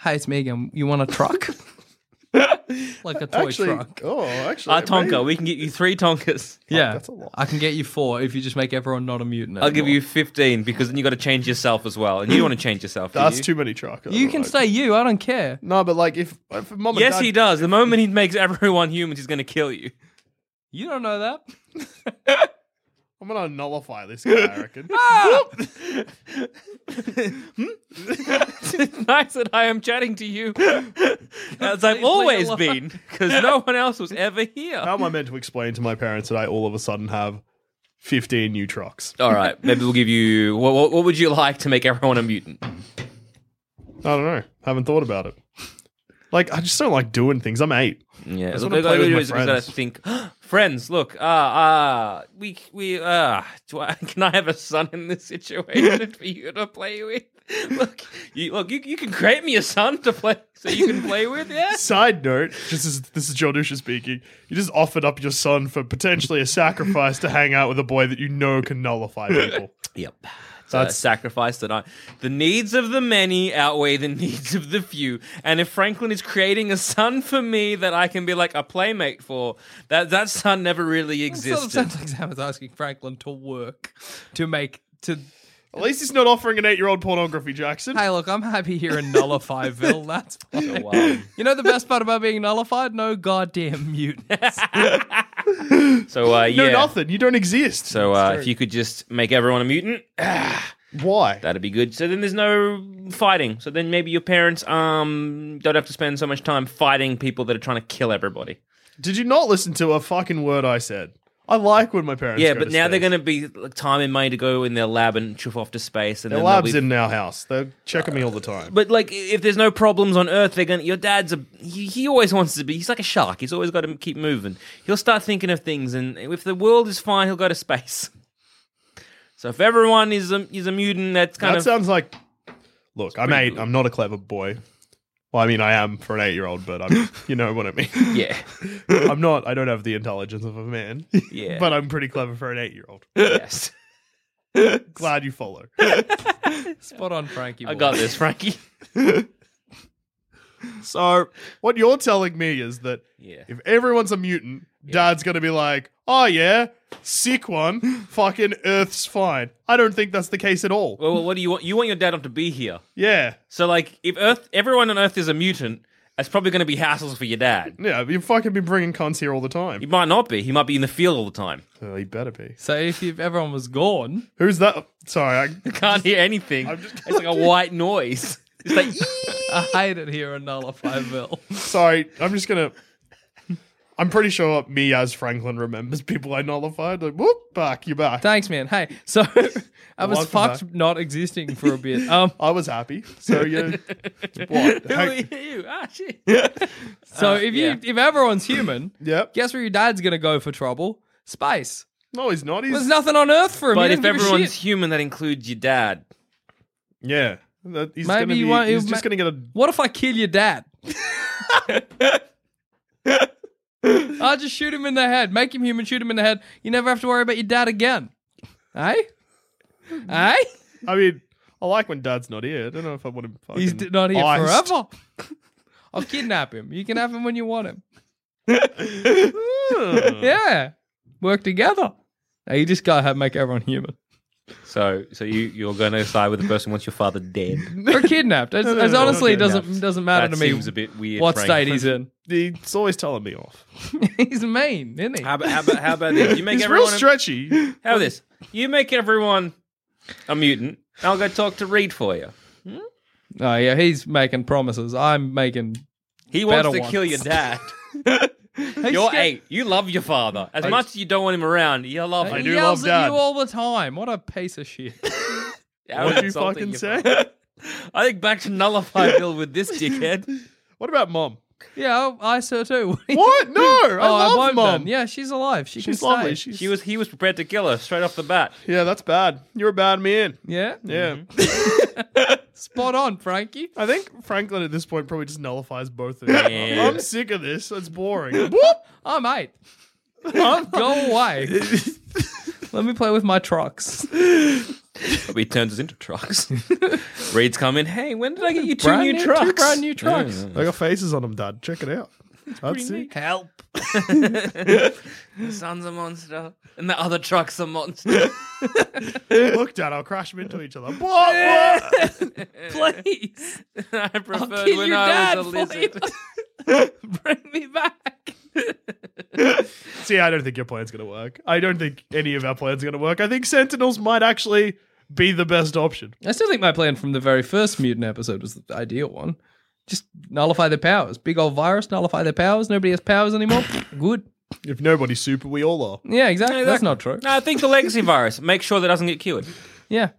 D: hey, it's Megan. You want a truck? like a toy
C: actually,
D: truck.
C: oh, actually,
B: Ah,
C: maybe-
B: Tonka, we can get you three Tonkas.
D: Yeah,
C: that's a lot.
D: I can get you four if you just make everyone not a mutant.
B: I'll give
D: anymore.
B: you fifteen because then you got to change yourself as well, and you don't want to change yourself. do
C: That's
B: you?
C: too many truck.
D: You can stay you. I don't care.
C: No, but like if, if mom and
B: Yes,
C: dad,
B: he does. The moment he makes everyone humans, he's gonna kill you.
D: You don't know that.
C: I'm gonna nullify this guy. I reckon.
D: Ah,
B: it's nice that I am chatting to you as I've always
D: alone.
B: been, because no one else was ever here.
C: How am I meant to explain to my parents that I all of a sudden have 15 new trucks?
B: All right, maybe we'll give you. What, what, what would you like to make everyone a mutant?
C: I don't know. Haven't thought about it. Like I just don't like doing things. I'm eight.
B: Yeah,
C: just
B: look,
C: wanna
B: all
C: play
B: you
C: with
B: do
C: my
B: is you gotta
C: friends.
B: think. friends, look, ah, ah, we, we, ah, do I? Can I have a son in this situation for you to play with? Look, you, look, you, you can create me a son to play, so you can play with. Yeah,
C: Side note: just as, this is Joe Dusha speaking. You just offered up your son for potentially a sacrifice to hang out with a boy that you know can nullify people.
B: Yep. So
C: That's-
B: that's sacrifice that I. The needs of the many outweigh the needs of the few. And if Franklin is creating a son for me that I can be like a playmate for, that that son never really
D: Sort of
B: existed.
D: sounds like Sam is asking Franklin to work to make to.
C: At least he's not offering an eight-year-old pornography, Jackson.
D: Hey, look, I'm happy here in Nullifyville. That's fine.
B: Wow.
D: You know the best part about being nullified? No goddamn mutants.
B: So uh,
C: No,
B: yeah.
C: nothing. You don't exist.
B: So uh, if you could just make everyone a mutant,
C: Why?
B: that'd be good. So then there's no fighting. So then maybe your parents um don't have to spend so much time fighting people that are trying to kill everybody.
C: Did you not listen to a fucking word I said? I like when my parents.
B: yeah,
C: go
B: but
C: to
B: now they're
C: space.
B: going to be like, time and money to go in their lab and chuff off to space. And
C: Their
B: then they'll
C: lab's
B: be
C: in our house. They're checking me all the time.
B: But like, if there's no problems on Earth, they're gonna. Your dad's a. He, he always wants to be. He's like a shark. He's always got to keep moving. He'll start thinking of things, and if the world is fine, he'll go to space. So if everyone is a is a mutant, that's kind
C: that
B: of
C: sounds like. Look, I'm eight. I'm not a clever boy. Well, I mean, I am for an eight-year-old, but I'm. you know what I mean.
B: yeah,
C: I'm not. I don't have the intelligence of a man.
B: Yeah.
C: but uh, I'm pretty clever for an eight-year-old.
B: yes.
C: Glad you follow.
D: Spot on, Frankie.
B: I
D: boy.
B: got this, Frankie.
C: So what you're telling me is that
B: Yeah.
C: if everyone's a mutant, Dad's gonna be like, "Oh yeah, sick one, fucking Earth's fine. I don't think that's the case at all.
B: Well, what do you want? You want your dad not to be here.
C: Yeah.
B: So, like, if Earth, everyone on Earth is a mutant, that's probably going to be hassles for your dad.
C: Yeah, you fucking be bringing cons here all the time.
B: He might not be. He might be in the field all the time.
C: Oh, he better be.
D: So if you everyone was gone,
C: Who's that? Sorry, I,
B: Can't hear anything.
C: I'm just-
B: it's like a white noise. It's like,
D: I hate it here in Nullify Bill.
C: sorry. I'm just gonna. I'm pretty sure me as Franklin remembers people I nullified. Like, whoop, back, you're back.
D: Thanks, man. Hey, so I was
C: Welcome
D: fucked
C: back.
D: not existing for a bit. Um,
C: I was happy. So you, what?
B: who are
C: Hey,
B: you? Ah, shit.
D: so if you
B: yeah.
D: if everyone's human,
C: yep.
D: guess where your dad's gonna go for trouble? Space.
C: No, he's not. He's
D: There's nothing on Earth for him.
B: But
D: He
B: if
D: doesn't give a
B: everyone's
D: shit.
B: human, that includes your dad.
C: yeah. That- he's
D: Maybe
C: gonna
D: you
C: be-
D: want-
C: he's
D: you
C: just
D: ma-
C: gonna get a.
D: what if I kill your dad? I'll just shoot him in the head. Make him human. Shoot him in the head. You never have to worry about your dad again. Eh? Eh?
C: I mean, I like when Dad's not here. I don't know if I want him. Fucking
D: He's d- not here
C: iced.
D: forever. I'll kidnap him. You can have him when you want him. yeah. Work together. Now you just gotta have, make everyone human.
B: So, so you you're going to side with the person who wants your father dead.
D: Or kidnapped. As, as
C: no, no,
D: honestly, it
C: kidnapped.
D: doesn't doesn't matter
B: That
D: to me.
B: seems a bit weird,
D: What
B: Frank.
D: state he's in?
C: He's always telling me off.
D: he's mean, isn't he?
B: How about how about, how about this? You make
C: He's real
B: everyone
C: stretchy.
B: how about this? You make everyone a mutant. and I'll go talk to Reed for you.
D: Oh yeah, he's making promises. I'm making.
B: He wants
D: Better
B: to kill
D: ones.
B: your dad. You're eight. You love your father as much as you don't want him around. You love
D: He
C: I
B: him.
C: do
D: yells
C: love
D: at
C: Dad.
D: you all the time. What a piece of shit.
B: How
C: What'd you
B: insulting
C: fucking
B: your
C: say?
B: father. I think back to nullify Bill with this dickhead.
C: What about Mom?
D: yeah, I I saw too.
C: What? No, I
D: oh, I
C: love
D: won't
C: Mom.
D: then. Yeah, she's alive. She can
C: she's
D: stay.
C: lovely. She's,
B: He was he was prepared to kill her straight off the bat.
C: Yeah, that's bad. You're a bad man.
D: Yeah,
C: Yeah.
D: spot on, Frankie.
C: I think Franklin at this point probably just nullifies both of them.
B: Yeah.
C: I'm sick of this. It's boring.
D: Oh, mate. Oh, go away. Let me play with my trucks.
B: But he turns us into trucks. Reed's come in. Hey, when did I get you two
D: Brand
B: new,
D: new- two
B: trucks?
D: brand new trucks.
B: Yeah.
C: they got faces on them, Dad. Check it out. That's sick.
B: Help. the sun's a monster. And the other truck's a monster.
C: Look, Dad, I'll crash them into each other. What? What?
D: Please.
B: I
D: I'll
B: preferred
D: kill
B: when
D: your
B: I
D: dad
B: was a
D: for you.
B: lizard.
D: Bring me back.
C: See, I don't think your plan's going to work. I don't think any of our plans are going to work. I think Sentinels might actually be the best option.
D: I still think my plan from the very first mutant episode was the ideal one. Just nullify their powers. Big old virus, nullify their powers. Nobody has powers anymore. Good.
C: If nobody's super, we all are.
D: Yeah, exactly. That's not true.
B: No, I think the legacy virus. Make sure that doesn't get cured.
D: Yeah.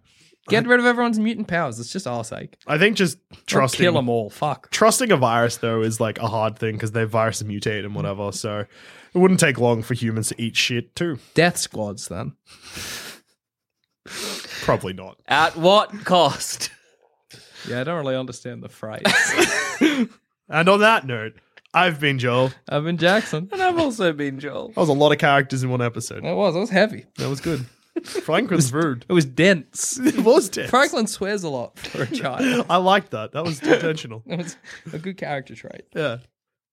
D: Get rid of everyone's mutant powers. It's just our sake.
C: I think just
D: Trust
C: trusting
D: kill them all. Fuck.
C: trusting a virus though is like a hard thing because their viruses mutate and whatever. So it wouldn't take long for humans to eat shit too.
D: Death squads then.
C: Probably not.
B: At what cost?
D: Yeah, I don't really understand the phrase.
C: And on that note, I've been Joel.
D: I've been Jackson.
B: And I've also been Joel.
C: That was a lot of characters in one episode.
D: That was. That was heavy.
C: That was good. Franklin's rude.
D: It was dense.
C: It was tense.
D: Franklin swears a lot for a child.
C: I liked that. That was intentional.
D: It was a good character trait.
C: Yeah.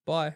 D: Bye.